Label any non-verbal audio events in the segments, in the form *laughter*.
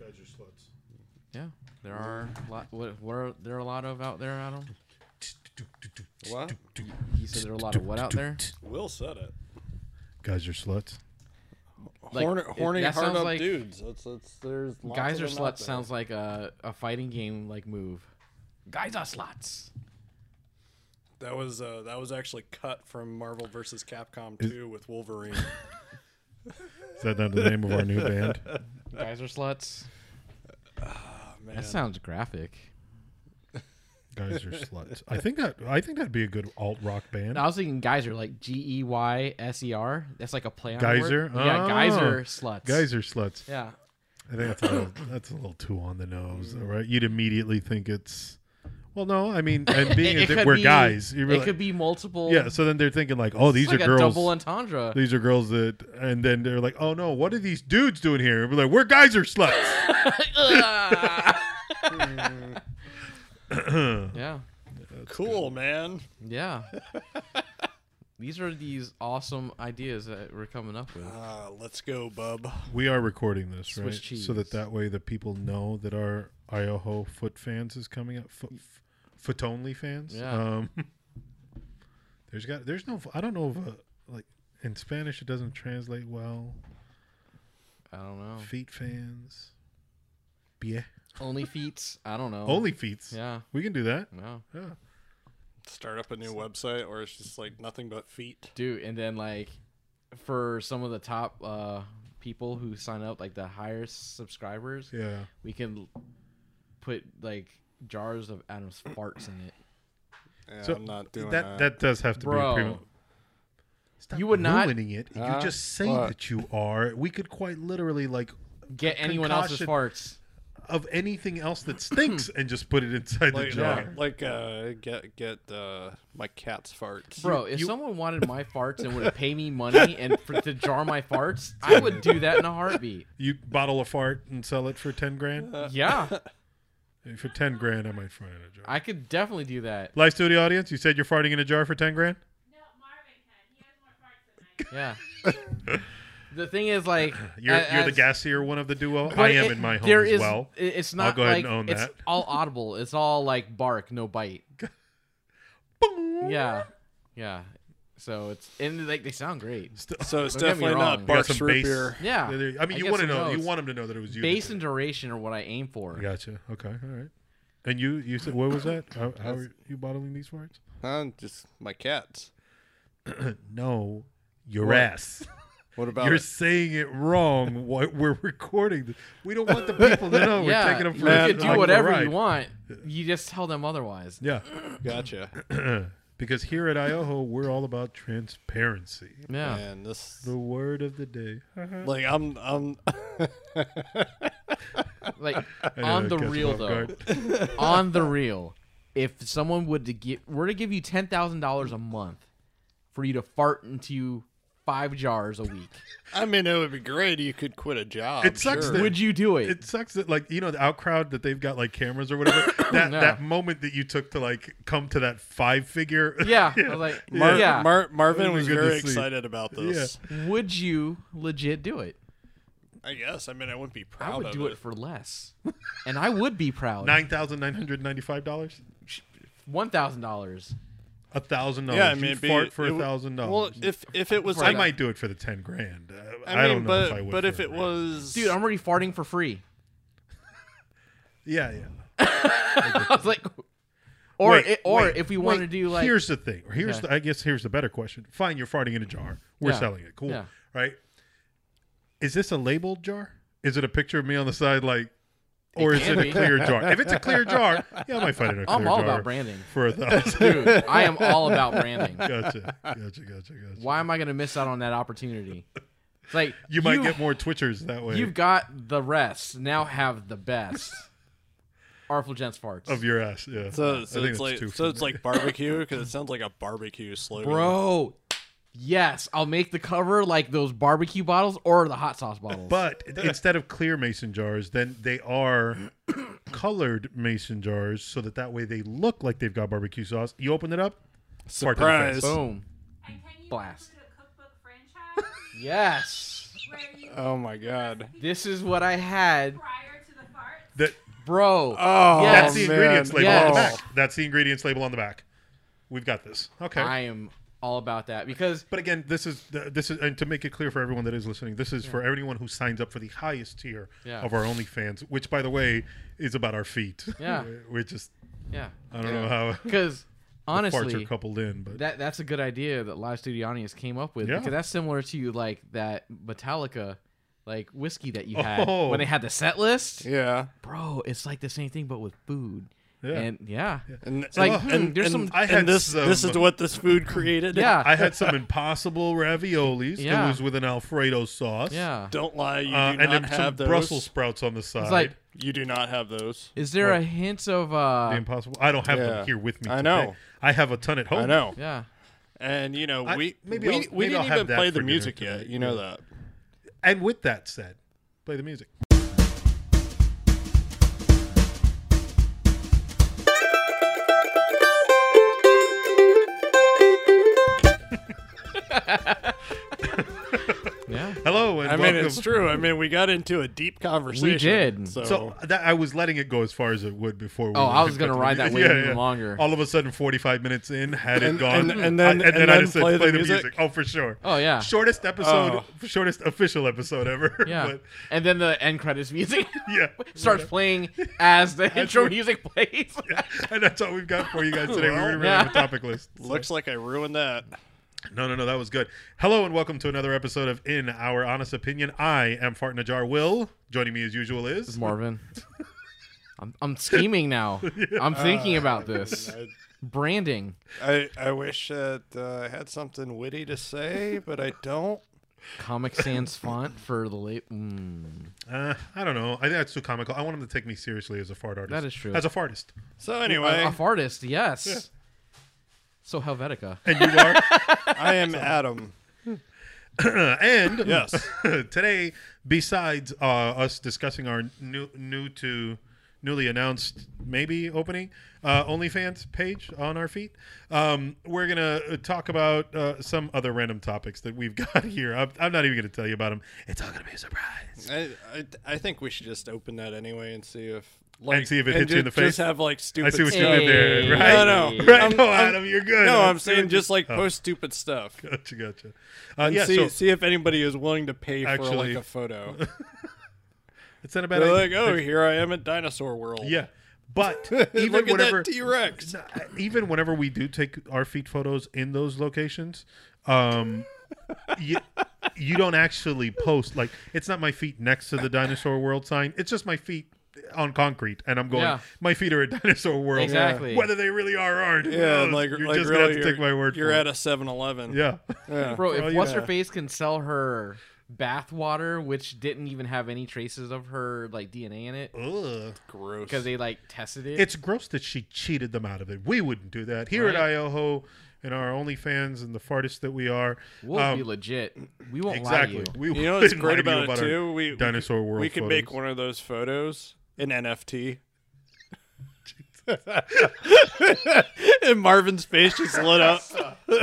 are sluts. Yeah, there are lot. What, what are there are a lot of out there, Adam? What? You said there are a lot of what out there? Will said it. Guys are sluts. Like, horny, it- horny that hard sounds up like- dudes. That's, that's, there's lots Guys of are them out sluts there. sounds like a, a fighting game like move. Guys are sluts. That was uh, that was actually cut from Marvel vs. Capcom 2 *laughs* with Wolverine. Is that not the name of our new band? Guys *laughs* are sluts. Oh, man. That sounds graphic. Guys are sluts. I think that I think that'd be a good alt rock band. No, I was thinking geyser, like G E Y S E R. That's like a play on the Geyser? word. Yeah, Oh. geyser sluts. Guys are sluts. Yeah. I think that's a little, that's a little too on the nose, though, right? You'd immediately think it's. Well, no, I mean, *laughs* and being as if we're guys, It you're like- could be multiple. yeah. So then they're thinking like, oh, these like are a girls. double entendre. These are girls that, and then they're like, oh no, what are these dudes doing here? And we're like, we're guys are sluts. Mm. yeah. cool, man. Yeah. These are these awesome ideas that we're coming up with. Uh, let's go, bub. we are recording this Swiss right, cheese. so that that way the people know that our Idaho foot fans is coming up, foot, foot only fans. Yeah. Um, *laughs* there's got there's no I don't know if uh like in Spanish it doesn't translate well. I don't know. Feet fans. Yeah. Only feats. I don't know. Only feets. Oh. Yeah. We can do that. No. Yeah. Start up a new website, or it's just like nothing but feet. Dude, and then like for some of the top uh people who sign up, like the highest subscribers, Yeah. we can l- put like jars of Adam's farts in it. Yeah, So, I'm not doing that, that. that does have to Bro. be a premium. Stop You would not- Ah, ruining it. If Huh? you just say What? that you are, we could quite literally like Get anyone else's concussion farts. of anything else that stinks and just put it inside the like, jar. like, like, uh, get get uh, my cat's farts. Bro, if you- someone *laughs* wanted my farts and would pay me money and for, to jar my farts, I would do that in a heartbeat. You bottle a fart and sell it for ten grand. Yeah, for ten grand, I might fart in a jar. I could definitely do that. Live studio audience, you said you're farting in a jar for ten grand. No, Marvin can. He has more parts than I do. *laughs* Yeah. the thing is, like, *laughs* You're, a- you're the as- gassier one of the duo. but I am it- in my home there as is- well. it- It's not go ahead like and own it's that. all audible. It's all like bark, no bite. Yeah, yeah. So it's and like they sound great. So Don't it's get me definitely wrong. not We You got Barks some root bass. beer. Yeah. There- there- I mean, you get want to some know. You notes. want them to know that it was you. that Bass did and duration are what I aim for. it. Gotcha. Okay. All right. And you, you said what was that? How, how are you bottling these words? Huh? Just My cats. No, your What? ass. what about Oh. You're it? saying it wrong. *laughs* What we're recording. This. We don't want the people to know *laughs* yeah, we're taking them for you a could hike do or whatever ride. you want. You just tell *laughs* them otherwise. Yeah, *laughs* Gotcha. because here at Ioho, we're all about transparency. Yeah. Man, this The word of the day. like I'm I'm *laughs* Like I know on that the catch real off though. guard. on the real, if someone would to give were to give you ten thousand dollars a month for you to fart into five jars a week, I mean it would be great. You could quit a job. It sucks sure. that- would you do it? *laughs* It sucks that like you know the out crowd that they've got like cameras or *coughs* whatever. that Oh, No. that moment that you took to like come to that five figure. *laughs* yeah, I was like, Mar- yeah. Mar- It Marvin would be was good to very see. excited about this. would you legit do it? I guess. I mean, I wouldn't be proud I would of do it. for less, and I would be proud. Nine thousand nine hundred ninety-five dollars. One thousand dollars. A thousand dollars. yeah, I mean, it'd You'd be- Oh, fart for it a would- thousand Well, dollars. if if it was, I like, might do it for the ten grand. Uh, I I, mean, don't know but if I would. but for if a it grand. was, Dude, I'm already farting for free. *laughs* yeah, yeah. I was like, or Wait, i- or wait, if we want to wait. do like, here's the thing. Here's Okay. the, I guess here's the better question. Fine, you're farting in a jar. We're Yeah. selling it. Cool. Yeah. Right? Is this a labeled jar? Is it a picture of me on the side like or It is can it be. a clear *laughs* jar? If it's a clear jar, yeah, I might find it in a clear I'm all jar about branding, for a *laughs* thousand. dude. I am all about branding. gotcha. Gotcha, gotcha, gotcha. Why am I going to miss out on that opportunity? It's like *laughs* You might get more twitchers that way You've got the rest. Now have *laughs* the best. Artful Gents farts. of your ass. Yeah. so, so I think it's like too so it's like barbecue because it sounds like a barbecue slogan. Bro. Yes, I'll make the cover like those barbecue bottles or the hot sauce bottles. But instead of clear mason jars, then they are colored mason jars so that that way they look like they've got barbecue sauce. You open it up, fart to the face. Surprise! Oh, Boom. And can you Blast. include a cookbook franchise Yes. where you Oh my god! This is what I had prior to the That bro. Oh, Yes. that's the man. ingredients label on the Yes. back. That's the ingredients label on the back. We've got this. Okay. I am all about that because But again, this is th- this is and to make it clear for everyone that is listening, this is for everyone who signs up for the highest tier Yeah. of our OnlyFans, which by the way is about our feet. *laughs* Yeah. we're just yeah, I don't know how *laughs* because parts honestly, are coupled in, but that that's a good idea that Live Studio Audience came up with Yeah. because that's similar to like that Metallica like whiskey that you had Oh. when they had the set list. Yeah. Bro, it's like the same thing but with food. Yeah. And yeah. And It's like, Well, hmm, and, there's and- some I and had this some- uh, this is what this food created. yeah. I had some impossible raviolis. Yeah. It was with an Alfredo sauce. yeah. Don't lie, you Uh, do and not then have some those. Brussels sprouts on the side. It's like You do not have those. is there a hint of uh the impossible. I don't have Yeah. them here with me. I today. know. I have a ton at home. I know. yeah. And you know, I- we maybe we, I'll- we maybe I'll didn't have even that play for the dinner music tonight, yet. You know *laughs* that. And with that said, play the music. *laughs* Yeah. Hello and I mean, welcome. it's true. I mean, we got into a deep conversation. did. So, So that, I was letting it go as far as it would before. We Oh, I was got gonna ride that music. *laughs* wave even longer. All of a sudden, forty-five minutes in, had it And- gone, and- and then- I, and and then I then just said, play "Play the the, music. music? Oh, for *laughs* sure. Oh yeah. Shortest episode, Oh. shortest official episode ever. *laughs* Yeah. but, and then the end credits music *laughs* yeah. *laughs* starts playing as the intro music *laughs* plays. And that's all we've got for you guys today. we really, really yeah. have a topic *laughs* list. looks like I ruined that. No, no, no. That was good. Hello and welcome to another episode of In Our Honest Opinion. I am Fart Najar. Will joining me as usual *laughs* is Marvin. I'm I'm *laughs* scheming now. I'm Uh, thinking about this. Branding. I I wish that uh, I had something witty to say, but I don't. Comic Sans font for the late. Mm. Uh, I don't know. I think that's too comical. I want him to take me seriously as a fart artist. That is true. As a fartist. So A anyway, artist, yes. So Helvetica. And you are. I am Adam. *clears throat* and Yes. *laughs* today, besides uh, us discussing our new, new to newly announced maybe opening uh, OnlyFans page on our feet, um, we're gonna talk about uh, some other random topics that we've *laughs* got here. I'm, I'm not even gonna tell you about them. It's all gonna be a surprise. I, I I think we should just open that anyway and see if see if it hits you ju- in the face? Just have like stupid. I see what you stuff. did there. Hey. Right? No, *laughs* no. Right? I'm- no, I'm- Adam, you're good. No, I *laughs* I'm see saying what just like oh, post stupid stuff. Gotcha, gotcha. Uh, And yeah, see so see if anybody is willing to pay for Actually- like *laughs* a photo. it's not a bad They're idea. like, oh, here I am at Dinosaur World. Yeah, but Even even *laughs* Look whenever at that T Rex. *laughs* even whenever we do take our feet photos in those locations, um, you, you don't actually post like it's not my feet next to the dinosaur world sign. It's just my feet on concrete, and I'm going. Yeah. My feet are at dinosaur world, Exactly. Whether they really are or aren't, who Yeah, knows? like you're like just really, gonna have to take you're- my word. You're for at it. a 7-Eleven. yeah. Yeah. Bro, Oh, if yeah. What's Her Face can sell her bath water, which didn't even have any traces of her like DNA in it, Ugh. *laughs* Gross. because they like tested it. It's gross that she cheated them out of it. We wouldn't do that here at Right. IOHO. And our OnlyFans and the fartists that we are, we'll um, be legit. We won't exactly. *laughs* lie to you. We You know what's wouldn't lie great to you about, it our too? We dinosaur world. We could make photos. one of those photos *laughs* an NFT. and Marvin's face just lit up.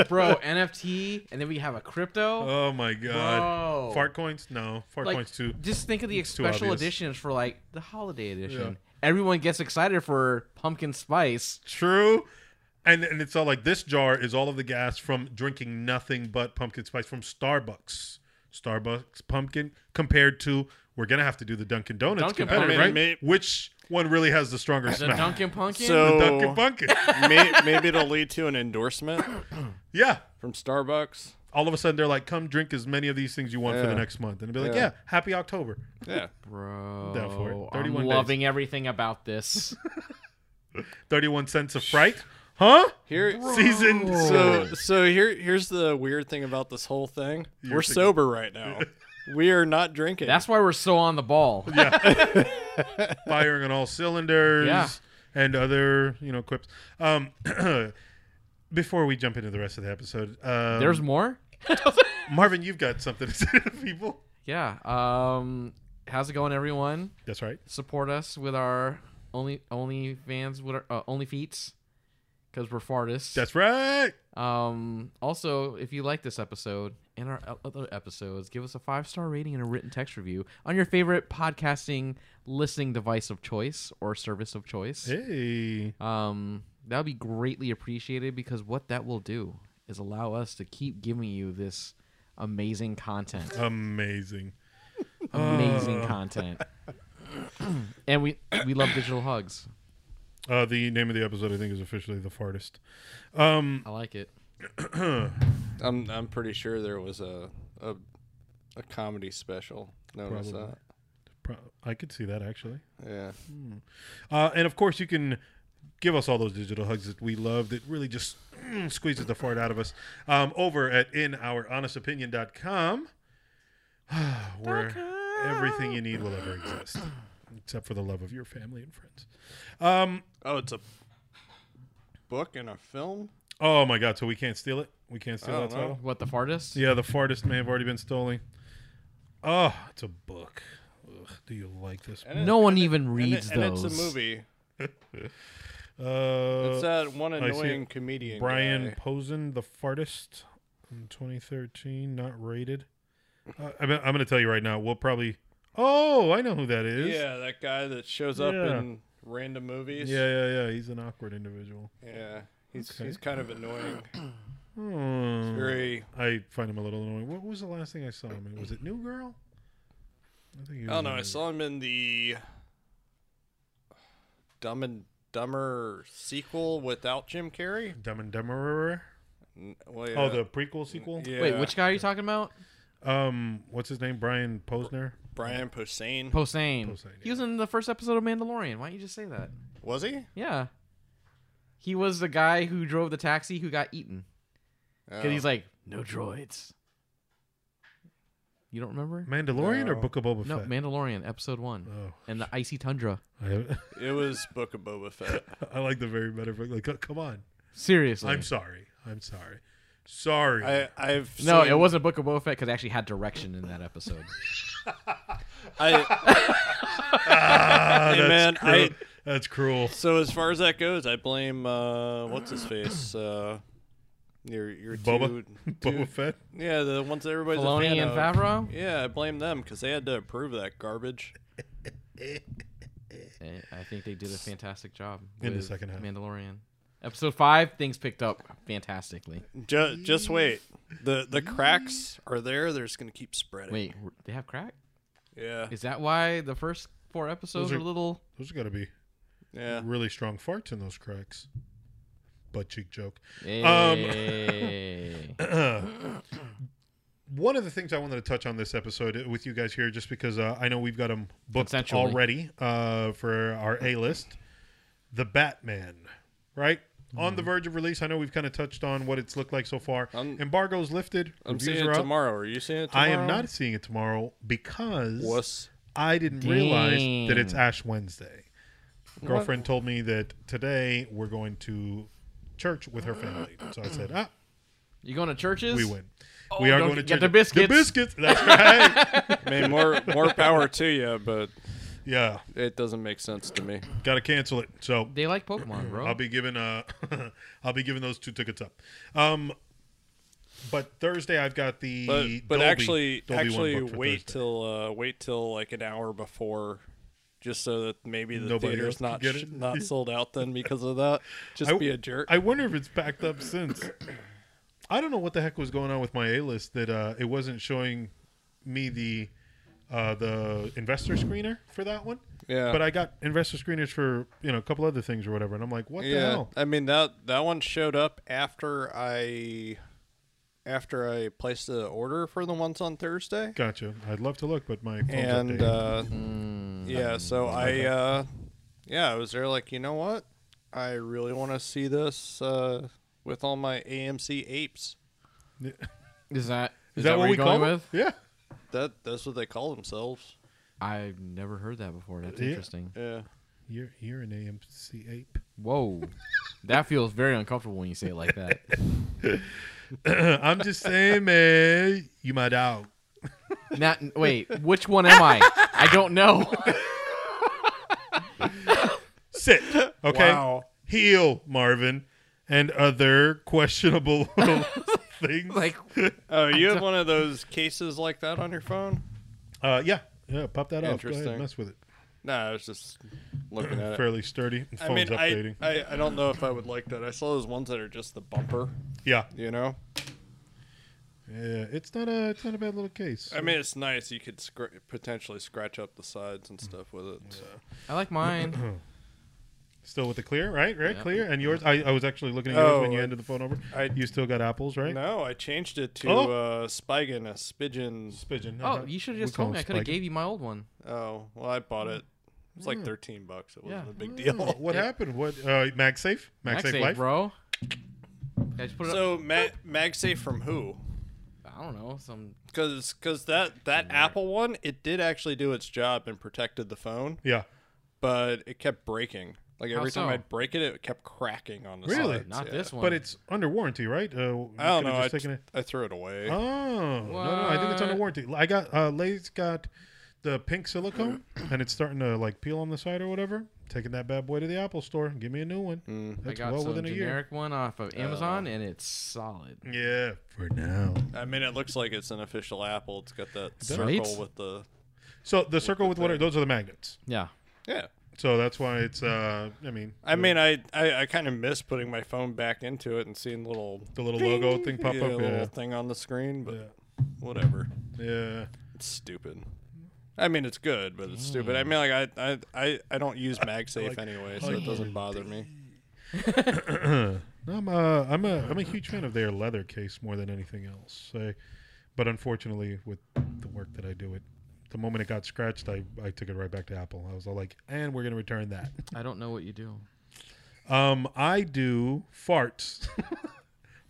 Bro, NFT, and then we have a crypto. Oh my god. Bro. Fart coins? No. Fart like, coins too. just think of the too special obvious. editions for like the holiday edition. Everyone gets excited for pumpkin spice. True. And and it's all like this jar is all of the gas from drinking nothing but pumpkin spice from Starbucks. Starbucks pumpkin compared to we're gonna have to do the Dunkin' Donuts Dunkin' competitor, Pumpkin. right? May- Which one really has the stronger The smell? Dunkin' The Pumpkin. So- Dunkin' *laughs* Pumpkin. May, maybe it'll lead to an endorsement yeah. from Starbucks. All of a sudden they're like, come drink as many of these things you want for the Yeah. next month. And it'll be like, Yeah. yeah, happy October. Yeah. Bro, Down for it. I'm 31 days. loving everything about this. 31 cents of fright. Huh? Here Seasoned. so *laughs* so here here's the weird thing about this whole thing. We're sober right *laughs* now. We are not drinking. *laughs* That's why we're so on *laughs* the ball. firing on all cylinders Yeah. and other you know quips um *clears throat* before we jump into the rest of the episode um, There's more. marvin you've got something to *laughs* say to people Yeah. Um, how's it going, everyone? that's right Support us with our only only fans with our uh, only feats because we're fartists. that's right Um, also, if you like this episode and our o- other episodes, give us a five star rating and a written text review on your favorite podcasting listening device of choice or service of choice. Hey. Um, that would be greatly appreciated because what that will do is allow us to keep giving you this amazing *laughs* content. Amazing. Amazing content. *coughs* and we *coughs* we love digital hugs. Uh, the name of the episode, I think, is officially The Fartest. Um, I like it. I'm I'm pretty sure there was a a, a comedy special known as Probably. that. pro- I could see that, actually. Yeah. Uh, and of course, you can give us all those digital hugs that we love that really just mm, squeezes the fart out of us um, over at inouronestopinion.com, *sighs* where everything you need will ever exist, except for the love of your family and friends. Um, Oh, it's a book and a film. oh my God! So we can't steal it. We can't steal I that don't know. title. What the fartest? Yeah, the fartest may have already been stolen. Oh, it's a book. Ugh, do you like this? And it- No one even and, reads it- and those. it's a movie. Uh, Uh, It's that one I see annoying it. comedian. Brian guy. Posen, the fartest in 2013, not rated. Uh, I mean, I'm going to tell you right now. We'll probably. Oh, I know who that is. Yeah, that guy that shows up Yeah. in random movies. yeah, yeah, yeah. He's an awkward individual. Yeah. He's Okay. he's kind of annoying. *clears throat* Hmm. Very. I find him a little annoying. What was the last thing I saw him in? Was it New Girl? I think. He was I don't in know. Oh, I New saw him in the Dumb and Dumber sequel without Jim Carrey. Girl. Dumb and Dumber. N- well, Oh, yeah. the prequel sequel. Yeah. Wait, which guy are you talking about? Um, what's his name? Brian Posner. Brian Posehn Posehn. Posehn, He was in the first episode of Mandalorian. Why don't you just say that? was he? Yeah. He was the guy who drove the taxi who got eaten. Because Oh. he's like, no droids. You don't remember? Mandalorian or No. Book of Boba No, Fett? Mandalorian, episode one. Oh, and the icy tundra. I, it was Book of *laughs* Boba Fett. *laughs* I like the very better. Like, come on. Seriously. I'm sorry. I'm sorry. Sorry. I I've no, seen- it wasn't Book of Boba Fett because actually had direction in that *laughs* episode. *laughs* I, Ah, Hey, that's man, cruel. I- that's cruel. so as far as that goes, I blame uh, what's his face. Uh, your your Boba, two- *laughs* two- Boba Fett. Yeah, the ones that everybody's a Filoni fan and of. Favreau? Yeah, I blame them because they had to approve that garbage. Eh, I think they did a fantastic job In the with second half. Mandalorian. Episode five, things picked up fantastically. Ju- just wait, the the cracks are there. They're just gonna keep spreading. Wait, they have crack? Yeah. Is that why the first four episodes Those are, are- a little? Those got to be Yeah. really strong farts in those cracks. Butt cheek joke. Um, Hey. One of the things I wanted to touch on this episode with you guys here, just because uh, I know we've got them booked Consensually. already uh, for our A list, the Batman, right? On the verge of release. I know we've kind of touched on what it's looked like so far. I'm- Embargo's lifted. I'm Reviews seeing are it up. tomorrow. Are you seeing it I tomorrow? am not seeing it tomorrow because Wuss. I didn't realize that Dang. it's Ash Wednesday. Girlfriend told me that today we're going to church with her family. So I said, ah, you going to churches? we win. we are Oh, don't going to get church. the The biscuits. biscuits. That's right. *laughs* I mean, more more power to you, but yeah. it doesn't make sense to me. Got to cancel it. So They like Pokemon, bro. I'll be giving uh *laughs* I'll be giving those two tickets up. Um but Thursday I've got the But but Dolby- actually Dolby one actually booked for wait Thursday. till uh, wait till like an hour before, just so that maybe the Nobody else theater's can not get sh- it. not sold out then because of *laughs* that. Just I- be a jerk. I wonder if it's backed up since. I don't know what the heck was going on with my A list that uh, it wasn't showing me the uh, the investor screener for that one. Yeah. But I got investor screeners for you know a couple other things or whatever, and I'm like, what the yeah, hell? I mean that that one showed up after I after I placed the order for the ones on Thursday. Gotcha. I'd love to look, but my phone's and updated. uh, yeah, so I uh, yeah, I was there like you know what, I really want to see this uh, with all my AMC apes. Is that is, is that, what you're we going call them? with? Yeah. That that's what they call themselves. I've never heard that before. That's Yeah. interesting. Yeah, You're you're an AMC ape. Whoa, *laughs* that feels very uncomfortable when you say it like that. *clears throat* I'm just saying, man. You my dog. Not wait, which one am I? I don't know. *laughs* Sit. Okay. Wow. Heal, Marvin, and other questionable *laughs* things. Like, Oh, you have one of those cases like that on your phone? uh, yeah, yeah, pop that off. Go ahead, Interesting. mess with it. No, I was just looking at it. Fairly sturdy. Phone's I mean, I, updating. I, I don't know if I would like that. I saw those ones that are just the bumper, yeah, you know? yeah. It's not a it's not a bad little case. I mean, it's nice. You could scr- potentially scratch up the sides and stuff with it. So. I *clears throat* like mine. Still with the clear, right? Right, Yeah. clear. And yours, I, I was actually looking at yours Oh, when you I- handed the phone over. I- you still got apples, right? No, I changed it to Oh. uh, Spigen, a Spigen. Spigen. Oh, you should have just told me. I could have gave you my old one. Oh, well, I bought it. It's like 13 bucks. It wasn't Yeah. a big deal. Mm. *laughs* What happened? What uh, MagSafe? MagSafe, MagSafe, Life. bro. I just put it up- So, Ma- MagSafe from who? I don't know. Some Because cause that, that Apple one, it did actually do its job and protected the phone, Yeah. but it kept breaking. Like every time so? I'd break it, it kept cracking on the Really? sides, uh, not yeah. this one. But it's under warranty, right? Uh, you I don't could've know. I, Just taken it. I threw it away. Oh *laughs* no, no, I think it's under What? warranty. I got uh, Lay's got the pink *clears throat* silicone, and it's starting to like peel on the side or whatever. Taking that bad boy to the Apple store. Give me a new one. Mm, I That's got well some within a year. Uh, generic one off of Amazon, and it's solid. Yeah, for now. I mean, it looks like it's an official Apple. It's got that circle Right? with the So the circle with what are those are the magnets. Yeah. yeah. So that's why it's. Uh, I mean, I mean, I I, I kind of miss putting my phone back into it and seeing the little the little logo thing pop yeah, up. little Yeah. thing on the screen, but whatever. yeah. It's stupid. I mean, it's good, but it's stupid. Mm. I mean, like I I I, I don't use MagSafe anyway, so it doesn't bother me. No, I'm a, I'm a I'm a huge fan of their leather case more than anything else. I, but unfortunately, with the work that I do, it the moment it got scratched, I, I took it right back to Apple. I was all like, and we're gonna return *laughs* that. I don't know what you do. Um, I do farts, *laughs*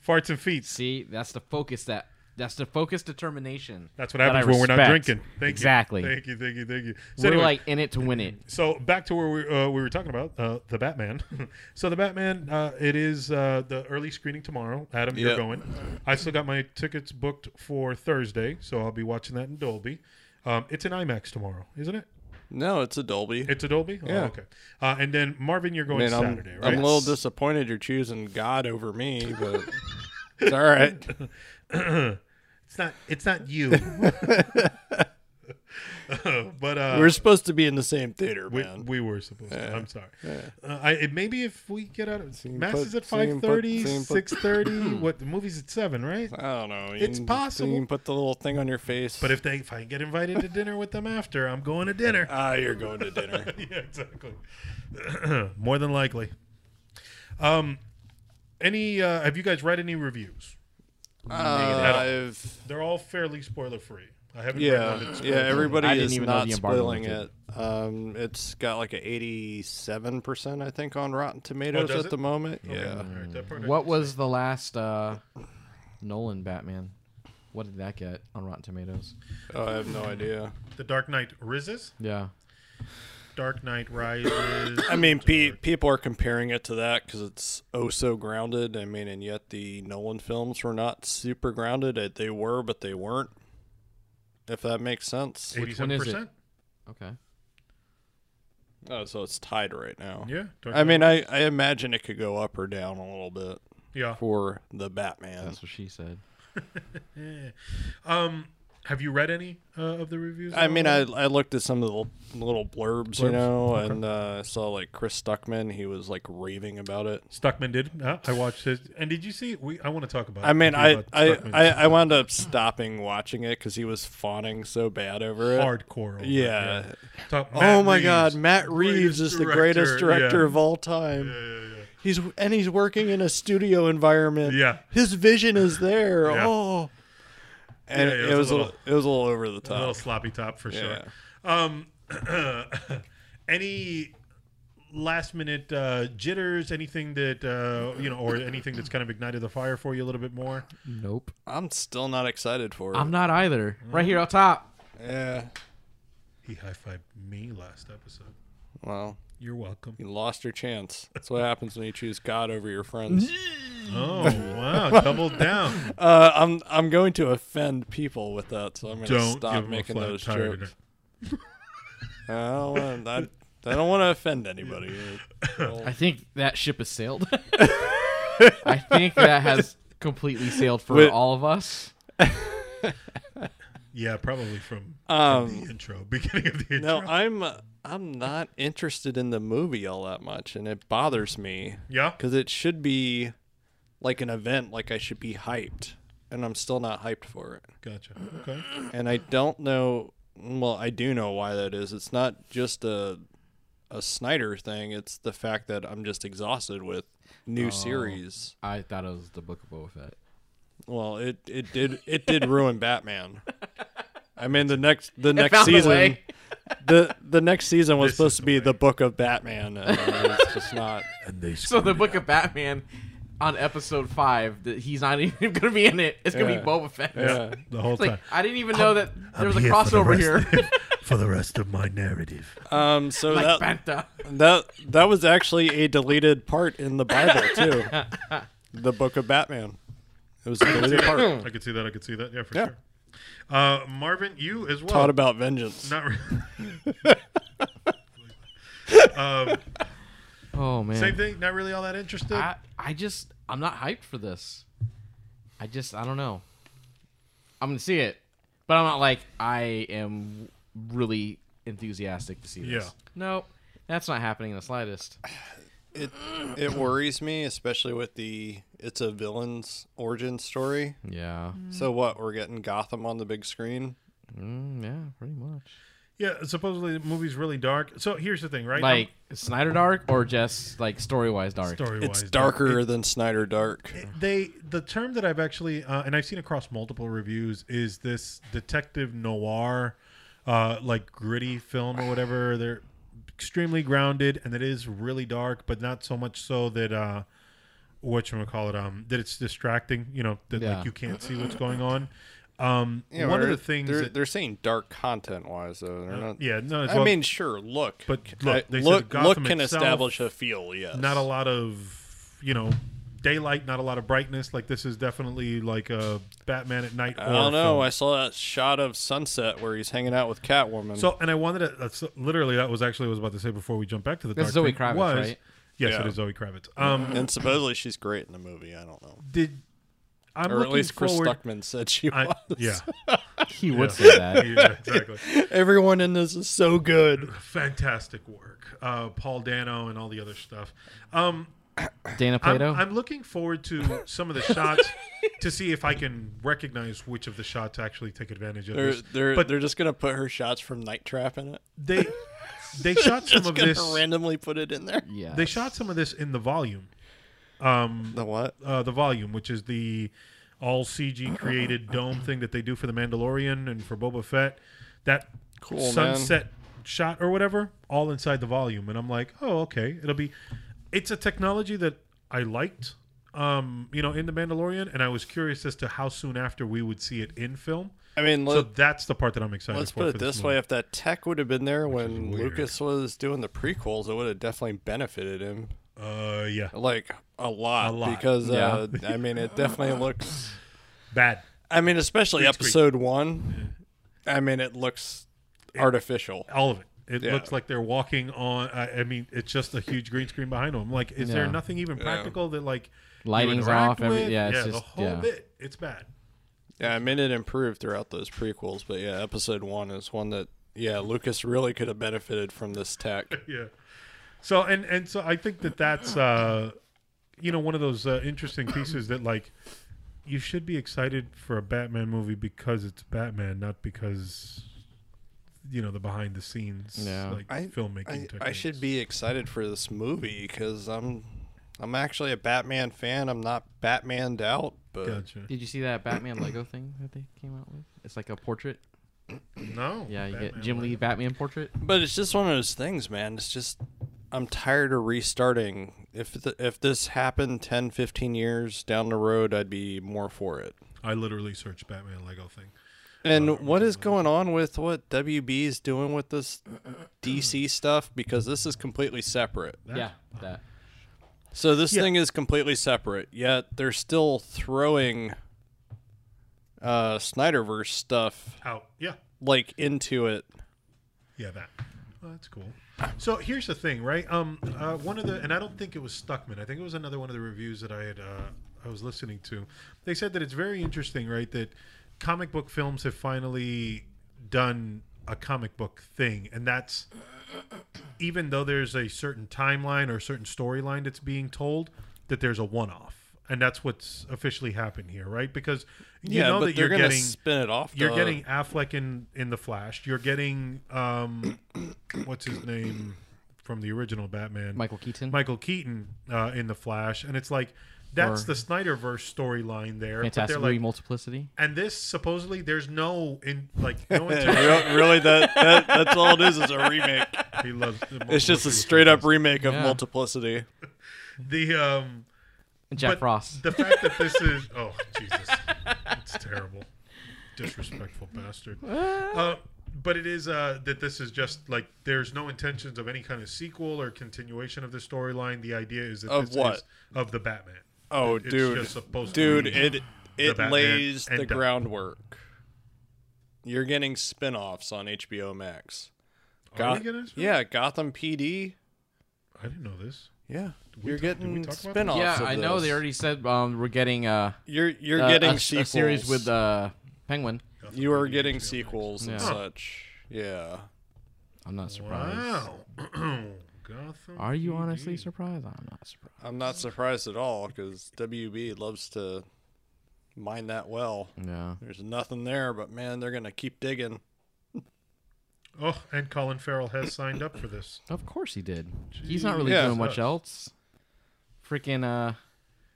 farts and feet. See, that's the focus that that's the focus determination. That's what that I happens when we're not respect. drinking. Thank exactly. You. Thank you. Thank you. Thank you. So we're anyway, like in it to win it. so back to where we, uh, we were talking about uh, the Batman. *laughs* so the Batman, uh, it is uh, the early screening tomorrow. Adam, you're Yep. going. I still got my tickets booked for Thursday, so I'll be watching that in Dolby. Um, it's an IMAX tomorrow, isn't it? No, it's a Dolby. It's a Dolby. Yeah. Oh, okay. Uh, and then Marvin, you're I going mean, I'm, Saturday, right? I'm a little disappointed you're choosing God over me, but it's all right. *laughs* Uh, it's not. It's not you. *laughs* *laughs* Uh, but uh, We're supposed to be in the same theater, we, man. we were supposed to. I'm sorry. Uh, I, it- maybe if we get out of mass put- is at 5:30, same put- same put- *clears throat* 6:30. what the movie's at seven, right? I don't know. You It's can- possible. You can put the little thing on your face. But if they if I get invited to dinner with them after, I'm going to *laughs* dinner. ah, you're going to *laughs* dinner. *laughs* yeah, exactly. *clears throat* More than likely. Um, any uh, have you guys read any reviews? uh, I've They're all fairly spoiler free. I haven't read yeah one that's yeah everybody I didn't is even know not the embargo spoiling lifted. it. Um, it's got like a 87 percent I think on Rotten Tomatoes does at it? the moment. Yeah. Yeah, All right, that part I Mm. What can was the last uh, Nolan Batman? What did that get on Rotten Tomatoes? oh, I have no idea. see. The Dark Knight Rises, Yeah. Dark Knight Rises. I mean, pe- people are comparing it to that because it's oh so grounded. I mean, and yet the Nolan films were not super grounded. Uh, They were, but they weren't. If that makes sense. Which one is it? 87%? Okay. Oh, so it's tied right now. Yeah, Dark I Knight- mean, I, I imagine it could go up or down a little bit yeah. for the Batman. That's what she said. Um, have you read any uh, of the reviews? I at mean, all? I, I looked at some of the l- little blurbs, you Blurbs? know, and uh, I saw like Chris Stuckman. He was like raving about it. Stuckman did. Uh, I watched his. And did you see? We I want to talk about. I mean, I about I, Stuckman's I I wound up stopping watching it because he was fawning so bad over it. hardcore. over Yeah. it, Talk- oh Matt my Reeves, God, Matt Reeves greatest is the greatest director yeah. of all time. Yeah, yeah, yeah. He's and he's working in a studio environment. Yeah. his vision is there. Yeah. Oh, and Yeah, yeah, it, was a little, it was a little over the A little top. sloppy top for Yeah. sure. Um, *clears throat* any last minute uh, jitters? Anything that uh, you know, or anything that's kind of ignited the fire for you a little bit more? Nope. I'm still not excited for it. I'm not either. Right here on top. yeah. He high fived me last episode. Well, You're welcome. you lost your chance. That's what happens when you choose God over your friends. Oh wow, double *laughs* down. Uh, I'm I'm going to offend people with that, so I'm going to Don't stop give him a making flat those tire jokes. I don't want I, I don't want to *laughs* offend anybody. *laughs* I think that ship has sailed. I think that has completely sailed for Wait. all of us. Yeah, probably from, from Um, the intro, *laughs* beginning of the intro. No, I'm I'm not interested in the movie all that much, and it bothers me yeah, because it should be like an event, like I should be hyped, and I'm still not hyped for it. gotcha. Okay. And I don't know. Well, I do know why that is. It's not just a a Snyder thing. It's the fact that I'm just exhausted with Oh. new series. I thought it was the Book of Boba Fett. Well, it it did it did ruin Batman. I mean the next the next found a season way. the the next season was This supposed is to the be way. the book of Batman and uh, it's just not And they *laughs* So the Book of Batman on episode five, that he's not *laughs* even going to be in it. It's going to Yeah. be Boba Fett. yeah. the whole It's like time. I didn't even know that there was a I'm here for the crossover here. rest- for the rest of *laughs* my narrative. Um so *laughs* like that Banta. that that was actually a deleted part in the Bible too. *laughs* the book of Batman. It was a deleted part. *laughs* I could see that. I could see that. Yeah, for Yeah. sure. Uh, Marvin, you as well. Taught about vengeance. Not *laughs* really. Oh man. Same thing. Not really all that interested. I, I just I'm not hyped for this. I just I don't know. I'm gonna see it, but I'm not like I am really enthusiastic to see this. Yeah. No, that's not happening in the slightest. It it worries me, especially with the it's a villain's origin story. Yeah. So what, we're getting Gotham on the big screen? Mm, yeah. Pretty much. yeah, supposedly the movie's really dark. So here's the thing, right? Like Snyder Dark or just like story wise dark. story It's darker than Snyder Dark. They the term that I've actually uh, and I've seen across multiple reviews is this detective noir, uh, like gritty film or whatever. They're extremely grounded and it is really dark, but not so much so that uh, what you call it um that it's distracting. You know that Yeah. like you can't see what's going on. Um, one of the things they're, that, Uh, they're saying dark content wise though, they're not. yeah no, it's I well- mean, sure, look, But c- look, I- they said look, Gotham look can itself, establish a feel. Yes, not a lot of you know daylight not a lot of brightness like this is definitely like a batman at night I don't know. film. I saw that shot of sunset where he's hanging out with Catwoman. so and i wanted to that's literally that was actually what i was about to say before we jump back to the That's dark Zoe thing, Kravitz, was, right? yes Yeah. it is zoe kravitz um and supposedly she's great in the movie. I don't know, did i'm or at looking least Chris forward Stuckman said she I, was. *laughs* *laughs* yeah, He would say *laughs* that. yeah, exactly. Everyone in this is so good. Fantastic work, uh, Paul Dano and all the other stuff. Um, Dana I'm, Plato. I'm looking forward to some of the shots to see if I can recognize which of the shots actually take advantage of They're this. they're, But- they're just gonna put her shots from Night Trap in it. they *laughs* they shot some Just of gonna this. randomly put it in there. yeah. They shot some of this in the volume, The what? uh, the volume, which is the all CG created dome thing that they do for the Mandalorian and for Boba Fett. That Cool, man. sunset shot or whatever, all inside the volume, and I'm like, oh okay, it'll be. It's a technology that I liked, um, you know, in the Mandalorian, and I was curious as to how soon after we would see it in film. I mean, So let, that's the part that I'm excited Let's for. put for it this movie. way: if that tech would have been there when weird. Lucas was doing the prequels, it would have definitely benefited him Uh, yeah, like a lot, lot. *laughs* because uh, I mean, it definitely looks. bad. I mean, especially It's great. episode one. I mean, it looks artificial. all of it. It Yeah. looks like they're walking on. I, I mean, it's just a huge green screen behind them. Like, is there Yeah. nothing even practical that like you Lighting's interact off, every- with? yeah, it's the just- whole yeah. bit. It's bad. Yeah, I mean, it improved throughout those prequels, but yeah, episode one is one that yeah, Lucas really could have benefited from this tech. Yeah. So and and so I think that that's uh, you know one of those uh, interesting pieces that like you should be excited for a Batman movie because it's Batman, not because you know the behind the scenes Yeah. like I- filmmaking. I, I techniques. should be excited for this movie because I'm I'm actually a Batman fan. I'm not Batmaned out, but Gotcha. Did you see that Batman Lego thing that they came out with? It's like a portrait. No. Yeah, you get Batman Jim like- Lee Batman portrait. But it's just one of those things, man. It's just I'm tired of restarting. If th if this happened 10, 15 years down the road, I'd be more for it. I literally searched Batman Lego thing. And what is going on with what WB is doing with this Uh, DC stuff? Because this is completely separate. That- yeah, that. So this Yeah. thing is completely separate. Yet they're still throwing uh, Snyderverse stuff Out. Yeah. like into it. Yeah, that. Well, that's cool. So here's the thing, right? Um, uh, one of the, and I don't think it was Stuckman. I think it was another one of the reviews that I had uh, I was listening to. They said that it's very interesting, right? That comic book films have finally done a comic book thing, and that's even though there's a certain timeline or a certain storyline that's being told, that there's a one-off. And that's what's officially happened here, right? Because you yeah, know but that they're you're gonna getting spin it off. you're to- getting Affleck in in the Flash. You're getting um, *coughs* what's his name from the original Batman, Michael Keaton. Michael Keaton uh, in the Flash, and it's like that's Or- the Snyderverse storyline there. but Fantastic they're movie like, multiplicity. and this supposedly there's no in like *laughs* no intent. Re- really that, that that's all it is *laughs* is a remake. he loves It's just a straight up remake of Yeah. Multiplicity. the um And Jack but Frost. The fact that this *laughs* is oh Jesus, it's terrible, disrespectful *laughs* bastard. Uh, but it is uh, that this is just like there's no intentions of any kind of sequel or continuation of the storyline. The idea is that Of this what? is of the Batman. Oh, It's dude, just supposed dude, to be it it Batman lays and the done. groundwork. You're getting spin-offs on HBO Max. Are we Goth- gonna- yeah, Gotham PD. I didn't know this. Yeah, we you're talk- did we talk getting about that? spin-offs. yeah, of I know. They this. already said um, we're getting uh, You're you're uh, getting a, a series with uh, Penguin. you are getting HBO sequels and Yeah. such. Yeah. I'm not surprised. Wow. *clears throat* Gotham. Are you honestly PD. surprised? I'm not surprised. I'm not surprised at all because WB loves to mine that well. Yeah. There's nothing there, but man, they're gonna keep digging. Oh, and Colin Farrell has signed up for this. Of course he did. He's not really Yeah. doing much else. Freaking uh,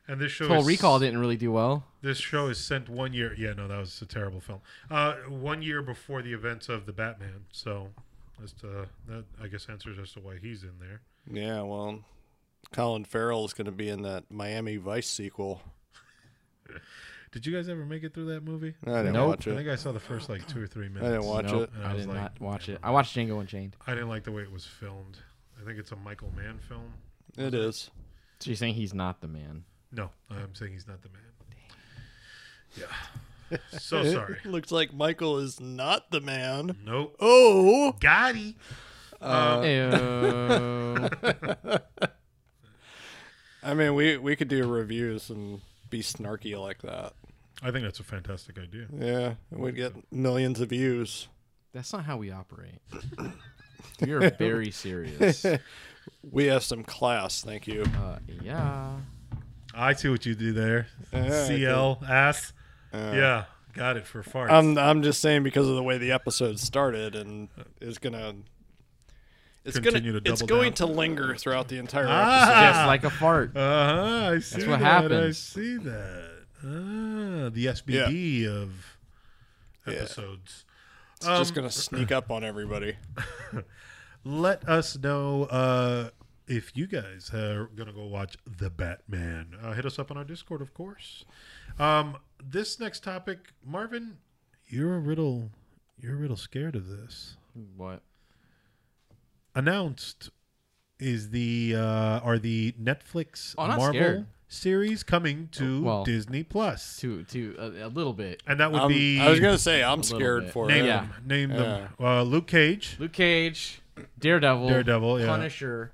And this show Total is Recall didn't really do well. This show is sent one year. Yeah, no, that was a terrible film. Uh, one year before the events of the Batman. So, as to that, I guess answers as to why he's in there. Yeah, well, Colin Farrell is gonna be in that Miami Vice sequel. Did you guys ever make it through that movie? I didn't Nope. watch I it. think I saw the first like two or three I, minutes. didn't watch Nope, it. And I I was did like, not watch it. never I watched Django Unchained. I didn't like the way it was filmed. I think it's a Michael Mann film. It is. So you're saying he's not the man? No, I'm saying he's not the man. Yeah. Oh, *laughs* So sorry. Looks like Michael is not the man. Nope. Oh, Gotti. Uh, *laughs* Ew. I mean, we we could do reviews and be snarky like that. I think that's a fantastic idea. Yeah, we'd get millions of views. *laughs* That's not how we operate. We are very *laughs* serious. We have some class, thank you. Uh, yeah. I see what you do there. Yeah, I CL ass. yeah, got it for farts. Um, I'm I'm just saying because of the way the episode started and is gonna it's Continue gonna to it's double going down. to linger throughout the entire episode. ah, Just like a fart. uh-huh, I see That's what that. I happens. see that. Ah, the SBD of episodes. It's um, just gonna sneak up on everybody. Let us know uh, if you guys are going to go watch The Batman. Uh, hit us up on our Discord, of course. Um, this next topic, Marvin, you're a riddle. You're a riddle scared of this. What? announced is the uh, are the Netflix Oh, I'm not Marvel scared. Oh, series coming to well, Disney Plus, To to a, a little bit. and that would I'm- be Um, I was gonna say I'm little scared bit. for name it. Yeah. them name them uh, Luke Cage, Luke Cage, Daredevil, Daredevil, yeah. Punisher,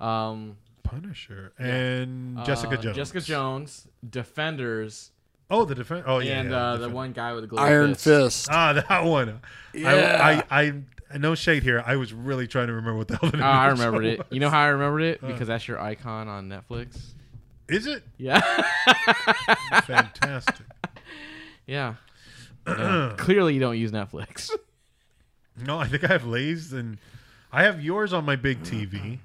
um, Punisher, and Jessica uh, Jones. Jessica Jones, Defenders, Oh, the defense. Oh yeah, and yeah, uh, the Defend- one guy with the golden Iron Fist. Ah, *laughs* that one. Yeah. I, I, I, no shade here. I was really trying to remember what the hell. The Oh, name I of the show remembered it. was. You know how I remembered it because that's your icon on Netflix. *laughs* Is it Yeah, *laughs* fantastic? *clears throat* yeah. Yeah. Clearly, you don't use Netflix. No, I think I have Lay's and I have yours on my big TV.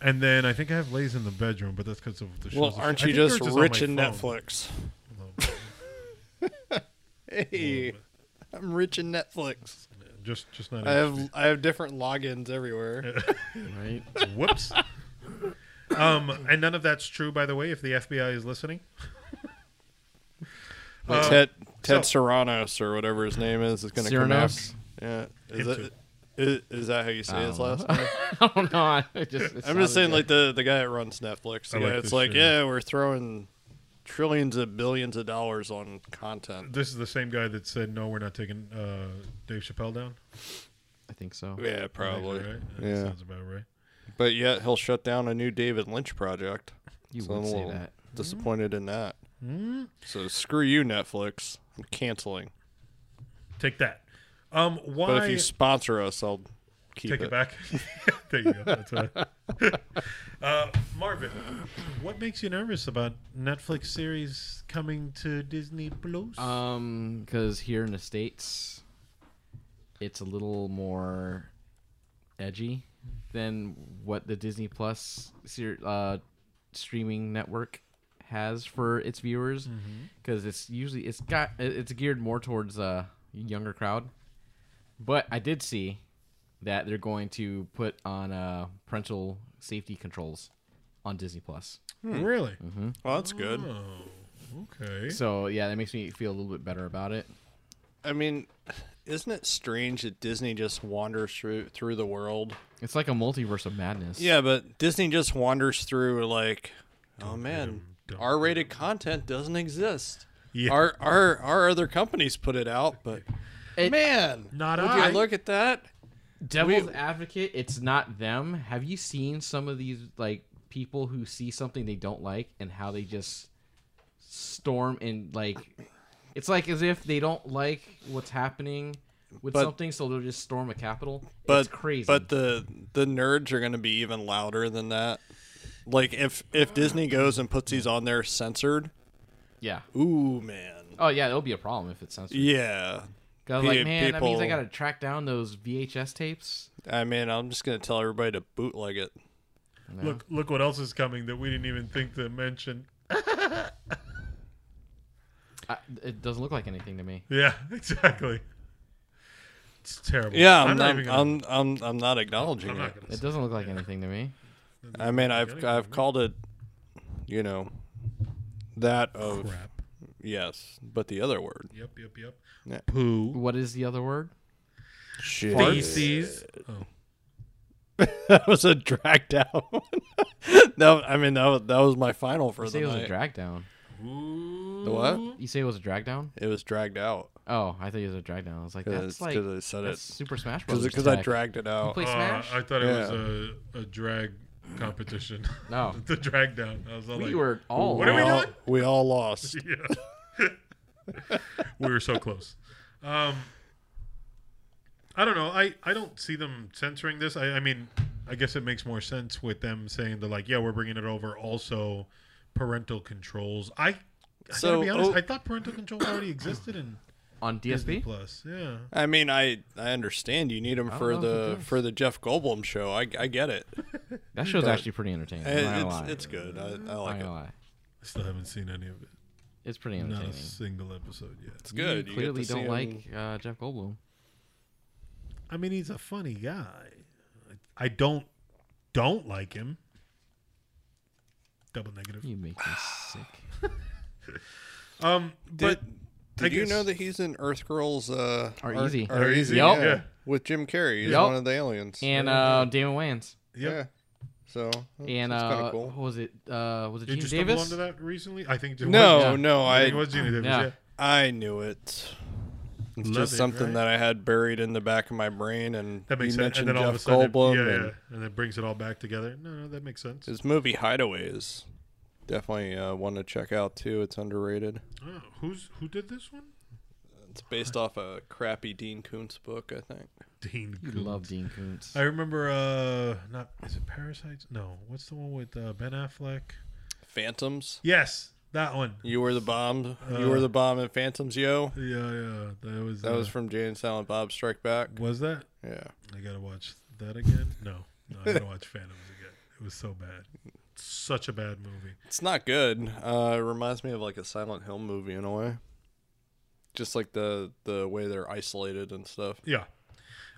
And then I think I have Lay's in the bedroom, but that's because of the show. Well, aren't you just rich in Netflix? Hey, I'm rich in Netflix. Just, just not. I have I have different logins everywhere. Right? *laughs* Whoops. um, and none of that's true, by the way. If the FBI is listening, Ted Ted Uh, so- Serranos or whatever his name is is gonna come after. Cyrano's? Yeah, is Him that, is, is that how you say his last name? *laughs* *laughs* I don't know. I it just, it I'm just sounded saying, good. like the the guy that runs Netflix. I Yeah, like it's this like, shit. yeah, we're throwing trillions of billions of dollars on content. this is the same guy that said, "No, we're not taking uh, Dave Chappelle down." I think so. Yeah, probably. right? That Yeah. sounds about right. But yet he'll shut down a new David Lynch project. You So I'm would a say little that. Hmm? disappointed in that. So screw you, Netflix. I'm canceling. Take that. Um, why? But if you sponsor us, I'll keep Take it, back. *laughs* there you go. That's right. *laughs* uh, Marvin, what makes you nervous about Netflix series coming to Disney Plus? Uh, Um, because here in the states, it's a little more edgy than what the Disney Plus ser- uh, streaming network has for its viewers, because it's usually it's got it- it's geared more towards a younger crowd. But I did see that they're going to put on uh, parental safety controls on Disney Plus. hmm. Really? Well, that's Oh. good. Okay. So yeah, that makes me feel a little bit better about it. I mean, isn't it strange that Disney just wanders through through the world? It's like a multiverse of madness. Yeah, but Disney just wanders through like, oh man, dum, R-rated content doesn't exist. Yeah. Our our our other companies put it out, but It- man, Not would I. you look at that? devil's We- advocate it's not them have you seen some of these like people who see something they don't like and how they just storm and like it's like as if they don't like what's happening with But- something so they'll just storm a capital But it's crazy But the the nerds are going to be even louder than that. Like if if Disney goes and puts these on there censored, yeah ooh man, oh yeah it'll be a problem if it's censored yeah. Cause like pe- man that means i people- gotta track down those vhs tapes I mean, I'm just going to tell everybody to bootleg it. Look, look what else is coming that we didn't even think to mention. I, it doesn't look like anything to me Yeah, *laughs* exactly. It's terrible. Yeah, not I'm not, even gonna- I'm, I'm I'm not acknowledging I'm it. not gonna it doesn't look like anything to me I mean, I've gotta I've called it, you know, that of crap. yes, but the other word, Yep, yep, yep. Yeah. Poo. what is the other word shit, Feces. Oh. *laughs* that was a dragged out one. *laughs* no, I mean that was, that was my final for you the say it was night. a drag down Uh, the what? you say it was a drag down It was dragged out Oh, I thought it was a drag down. I was like, Yeah, that's it's like 'cause I said that's it. Super Smash Bros. because I dragged it You out. play Uh, Smash? I thought it was a, Yeah. a drag competition. *laughs* No. Oh. the drag down. I was all we like, were all. What are we We all, doing? we *laughs* all lost. Yeah. we were so close. Um, I don't know. I, I don't see them censoring this. I, I mean, I guess it makes more sense with them saying they're like, yeah, we're bringing it over. Also, parental controls. I, I gotta So, be honest. oh- I thought parental controls already existed *clears throat* in on Disney DSP? Plus. Yeah. I mean, I I understand you need them don't for know if it the does. for the Jeff Goldblum show. I I get it. That show's actually pretty entertaining. I'm not It- gonna it's lie. it's good. I, I I'm not like it. gonna lie. I still haven't seen any of it. It's pretty Not a entertaining. single episode yet. It's good. You get to clearly see don't him- like uh, Jeff Goldblum. I mean, he's a funny guy. I I don't don't like him. Double negative. Hmm. You make me *sighs* sick. Um, but Did, I did you know guess- that he's in Earth Girls? Uh, Are Easy. Are, Are easy. Yup. Yeah. Yeah. With Jim Carrey, he's Yup. one of the aliens. And uh, Damon Wayans. yep. Yeah. So that's- And that's kinda uh, cool. what was it? Uh, was it Did you Gene stumble Davis? onto that recently? I think it was- No, Yeah. no, I think it I was Gene Davis. Yeah. Yeah. I knew it. It's Love just it, something right? that I had buried in the back of my brain, and That makes you sense. mentioned And then all of a Jeff sudden, Goldblum. yeah, and yeah, and that brings it all back together. No, no, that makes sense. His movie Hideaway is definitely uh, one to check out too. It's underrated. Oh, who's who did this one? It's based off a crappy Dean Koontz book, I think. Dean. You Koontz. love Dean Koontz. I remember. Uh, not is it Parasites? No. What's the one with uh, Ben Affleck? Phantoms. Yes, that one. You were the bomb. Uh, you were the bomb in Phantoms, yo. Yeah, yeah. That was. That uh, was from Jay and Silent Bob Strike Back. was that? Yeah. I gotta watch that again. No, no, *laughs* I gotta watch Phantoms again. It was so bad. Such a bad movie. It's not good. Uh, it reminds me of like a Silent Hill movie in a way. Just like the the way they're isolated and stuff. Yeah.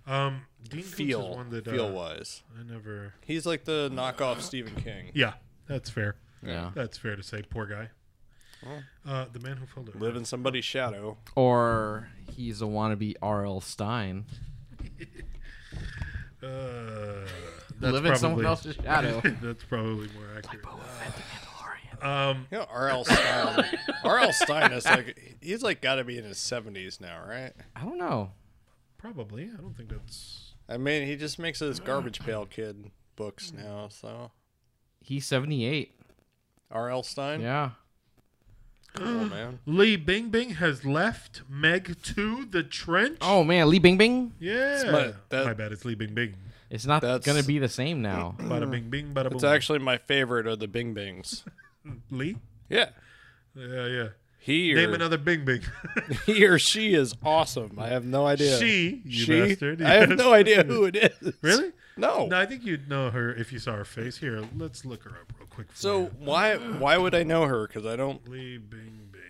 Um, Dean Koontz is Feel one that uh, feel wise. I never. He's like the knockoff Stephen King. Yeah, that's fair. yeah. That's fair to say. Poor guy. Oh. Uh, the man who fell to Live in somebody's shadow. Or he's a wannabe R.L. Stein. Uh, that's Live in someone probably- else's shadow. *laughs* that's probably more accurate. Uh, um, You know, *laughs* R.L. Stein. R.L. Stein is like he's like got to be in his seventies now, right? I don't know. Probably. I don't think that's. I mean, he just makes his garbage pail kid books now. So He's 78. R.L. Stein. Yeah. Cool, man. Lee Bing Bing has left Meg to the trench. Oh man, Lee Bing Bing. yeah. my- that- my bad. It's Lee Bing Bing. It's not That's- gonna be the same *clears throat* now. Bada bing bing, bada boom. Hmm. It's actually my favorite of the Bing *laughs* Bings. Lee. Yeah. Yeah, yeah. He or, Name another Bing *laughs* Bing. *laughs* he or she is awesome. I have no idea. She, you she? bastard. I have Yes. no idea who it is. Really? No. No, I think you'd know her if you saw her face. Here, let's look her up real quick. for So you. why why would I know her? Because I don't Lee Bing Bing.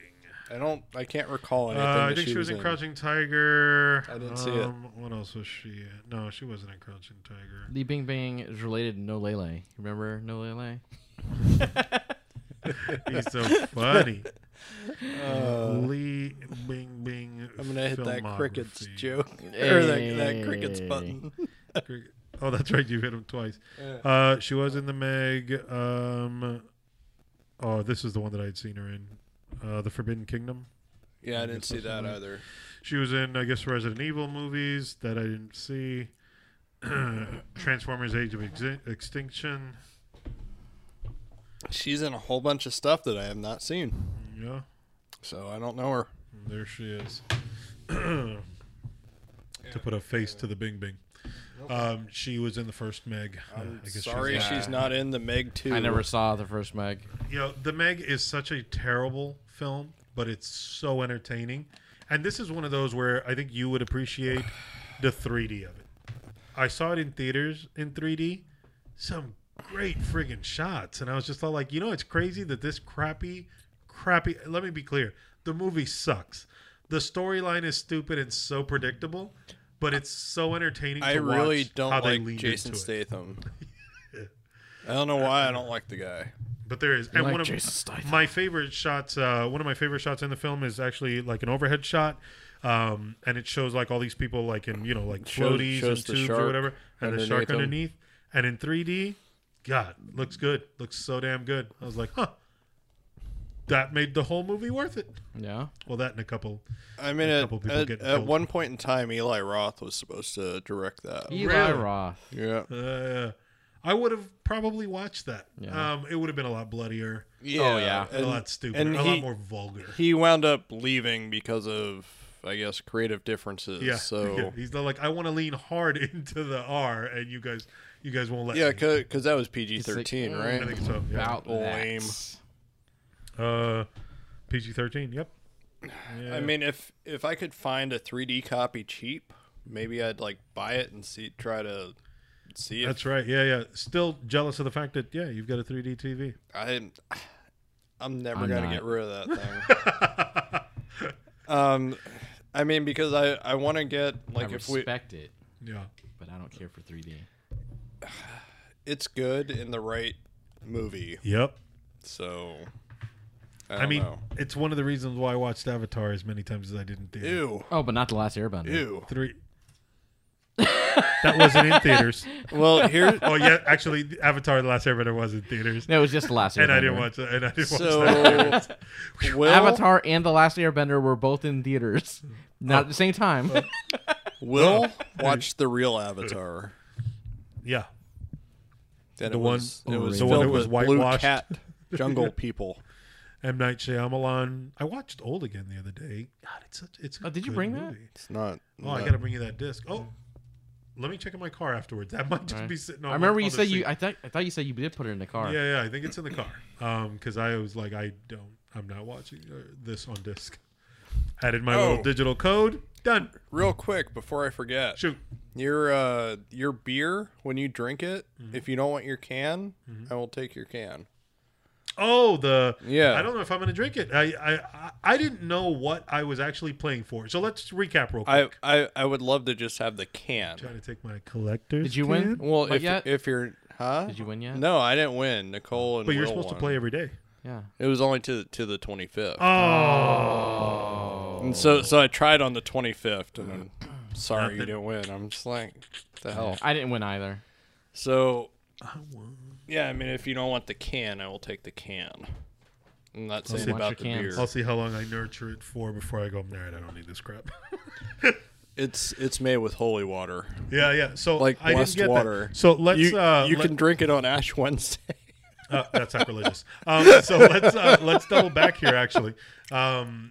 I don't I can't recall anything. Uh, I that think she was in Crouching Tiger. I didn't see it. it. What else was she? in? No, she wasn't in Crouching *laughs* Tiger. Lee Bing Bing is related to No Lele. Remember No Lele? He's so funny. Lee Bing Bing. Uh, I'm gonna hit that crickets filmography. joke *laughs* or that, that crickets Hey. button. Cricket- Oh, that's right. You hit him twice. Uh, she was in the Meg. Um, oh, this is the one that I'd seen her in, uh, the Forbidden Kingdom. Yeah, I didn't see that either. She was in, I guess, Resident Evil movies that I didn't see. *clears throat* Transformers: Age of Exi- Extinction. She's in a whole bunch of stuff that I have not seen, Yeah, so I don't know her. there she is. *clears throat* to put a face to the Bing Bing. Um, she was in the first Meg. Uh, I guess she was Sorry, in- she's not in the Meg Two. I never saw the first Meg. You know, The Meg is such a terrible film, but it's so entertaining. And this is one of those where I think you would appreciate the 3D of it. I saw it in theaters in 3D. Some great friggin' shots. And I was just all like, you know, it's crazy that this crappy, crappy. Let me be clear. The movie sucks. The storyline is stupid and so predictable, but it's so entertaining. I to really watch don't how they like leaned Jason into it. *laughs* Statham. I don't know why I don't like the guy. But there is, and like one of Jason Statham. my favorite shots, uh, one of my favorite shots in the film is actually like an overhead shot, um, and it shows like all these people like in you know like Shows- floaties and shows the tubes shark or whatever, and the underneath shark 'em. underneath, and in 3D, God, looks good, looks so damn good. I was like, huh, that made the whole movie worth it. Yeah. Well, that and a couple. I mean, A at, couple people at, getting at killed. one point in time, Eli Roth was supposed to direct that. Eli Really? Roth. Yeah, Uh, I would have probably watched that. Yeah. Um, it would have been a lot bloodier, yeah. yeah. a And lot stupider, and a he- lot more vulgar. he wound up leaving because of, I guess, creative differences. Yeah. *laughs* yeah. So he's not like I want to lean hard *laughs* into the R, and you guys, you guys won't let. yeah, me. because that was PG thirteen, It's like, "Mm, right? I think so. Yeah. About that. Lame. Uh, PG thirteen. Yep. I mean, if if I could find a 3D copy cheap, maybe I'd like buy it and see, try to see if That's right. Yeah, yeah. Still jealous of the fact that yeah, you've got a 3D *laughs* TV. I, *sighs* I'm never I'm gonna not. get rid *laughs* of that thing. um, I mean, because I I want to get I like if we respect it, Yeah. but I don't care for 3D. it's good in the right movie, Yep. so. I, I, don't mean, know. it's one of the reasons why I watched Avatar as many times as I did in theaters. ew, Oh, but not the Last Airbender. ew. Three. that wasn't in theaters. *laughs* Well, here, Oh yeah, actually, Avatar: The Last Airbender was in theaters, No, it was just the Last *laughs* Airbender. and I didn't watch that. And I didn't *laughs* so watch that. *laughs* Will Avatar and the Last Airbender were both in theaters, *laughs* Oh. not at the *laughs* same time. Will watch the real Avatar. Yeah. That The it one- was, it was the one that filled was with blue whitewashed. *laughs* cat jungle people. M Night Shyamalan. I watched Old again the other day. God, it's such it's. A Oh, did you good bring that? movie. It's not. Oh, I not- gotta bring you that disc. Oh, let me check in my car afterwards. That might just Right. be sitting. on I my remember you other said you. seat. I thought I thought you said you did put it in the car. yeah, yeah. I think it's in the car. Um, because I was like, I don't. I'm not watching uh, this on disc. Added my Oh. little digital code. Done. Real quick before I forget, Shoot. your uh, your beer when you drink it, Mm-hmm. if you don't want your can, I will take your can. Oh, the Yeah. I don't know if I'm gonna drink it. I I I- I didn't know what I was actually playing for. So let's recap real quick. I I, I would love to just have the can. Trying to take my collector's. Did you win? can. Well, Not if yet? if you're huh? Did you win yet? No, I didn't win. Nicole and But you're Will supposed won. to play every day. Yeah. It was only to to the 25th. Oh. And so so I tried on the 25th, and *clears throat* I'm sorry you Nothing. didn't win. I'm just like, the Oh. hell. I didn't win either. So, yeah, I mean, if you don't want the can, I will take the can. I'm not saying want about the your cans. beer. I'll see how long I nurture it for before I go. All right, I don't need this crap. *laughs* It's it's made with holy water, yeah, yeah. So like I didn't blessed get that. water. So let's you, uh, you let- can drink it on Ash *laughs* Wednesday. Uh, that's *laughs* sacrilegious. Um, so let's uh, let's double back here actually, because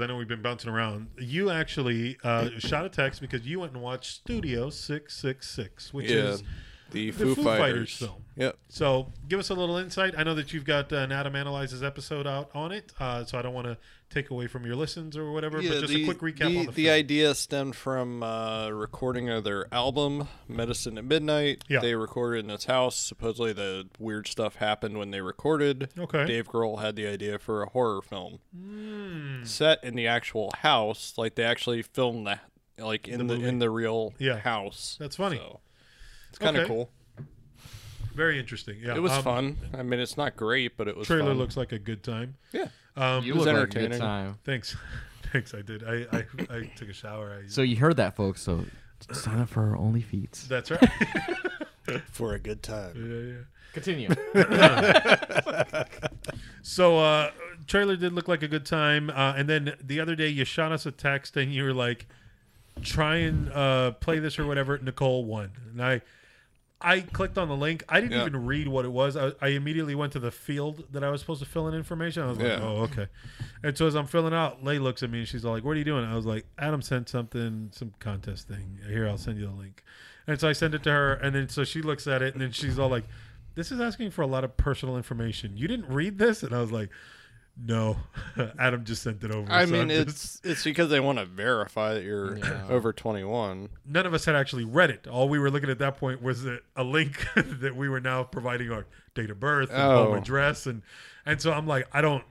I know we've been bouncing around. You actually uh, shot a text because you went and watched Studio Six Six Six, which yeah, is the the Foo, Foo Fighters Fighters. film. Yep. so. Give us a little insight. I know that you've got uh, an Adam analyzes episode out on it, uh, so I don't want to take away from your listens or whatever. but just a quick recap the, on the, the film. idea stemmed from uh, recording of their album medicine at midnight Yeah. they recorded in his house supposedly the weird stuff happened when they recorded Okay. dave grohl had the idea for a horror film Hmm. set in the actual house like they actually filmed that like in the, in the real Yeah. house That's funny. So, it's kind of Okay. cool Very interesting. Yeah, it was um, fun i mean it's not great but it was Trailer fun. looks like a good time. yeah Um, You was look like a good entertaining. time. Thanks, *laughs* thanks. I did. I I, I took a shower. I, So you heard that, folks. So sign up for our Only *laughs* Feats. that's right. *laughs* for a good time. yeah, yeah. *laughs* Continue. So, uh, trailer did look like a good time. Uh, and then the other day, you shot us a text and you were like, try and uh, play this or whatever. Nicole won. And I. I clicked on the link. I didn't Yeah. even read what it was. I, I immediately went to the field that I was supposed to fill in information. I was like, Yeah. "Oh, okay." And so as I'm filling out, Lay looks at me and she's all like, "What are you doing?" I was like, "Adam sent something, some contest thing. Here, I'll send you the link." And so I send it to her, and then so she looks at it, and then she's all like, "This is asking for a lot of personal information. You didn't read this?" And I was like, "No, *laughs* Adam just sent it over." I So mean, I'm just- it's it's because they want to verify that you're over 21. none of us had actually read it. All we were looking at that point was a, a link *laughs* that we were now providing our date of birth and Oh. home address, and and so I'm like, I don't,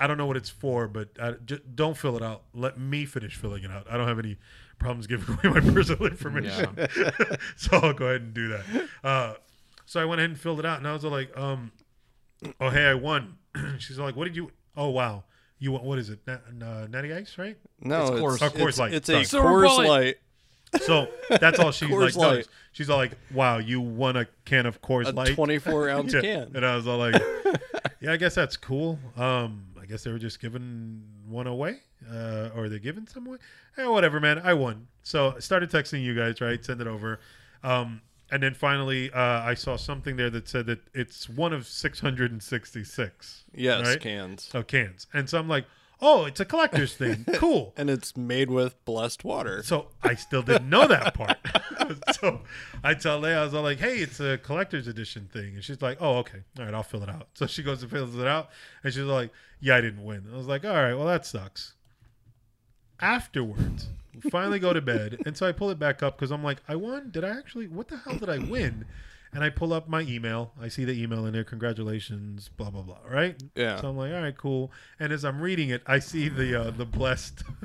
I don't know what it's for, but I, just don't fill it out. Let me finish filling it out. I don't have any problems giving *laughs* away my personal information, *laughs* so I'll go ahead and do that. Uh, so I went ahead and filled it out, and I was like, um, oh hey, I won. *clears throat* She's like, what did you? Oh wow, you won. What is it? Na- na- Natty Ice, right? No, it's Coors. it's, Oh, Coors Light, It's a sorry. Coors Bullet. Light. So that's *laughs* all she like Coors noticed. Light. She's all like, "Wow, you won a can of Coors a Light." 24 *laughs* ounce Yeah. can. And I was all like, "Yeah, I guess that's cool. Um, I guess they were just giving one away, uh, or they're giving some away. Eh, whatever, man. I won. So I started texting you guys, right? Send it over. Um, and then finally, uh, I saw something there that said that it's one of 666. Yes, right? cans. of cans. And so I'm like, "Oh, it's a collector's *laughs* thing. Cool." And it's made with blessed water. So I still didn't know that part. *laughs* so I tell Leia, I was all like, hey, it's a collector's edition thing. And she's like, oh, okay. All right, I'll fill it out. So she goes and fills it out. And she's like, yeah, I didn't win. I was like, all right, well, that sucks. Afterwards, we finally go to bed. And so I pull it back up because I'm like, I won. Did I actually, what the hell did I win? And I pull up my email. I see the email in there. Congratulations, blah blah blah. Right? Yeah. So I'm like, all right, cool. And as I'm reading it, I see the uh, the blessed *laughs*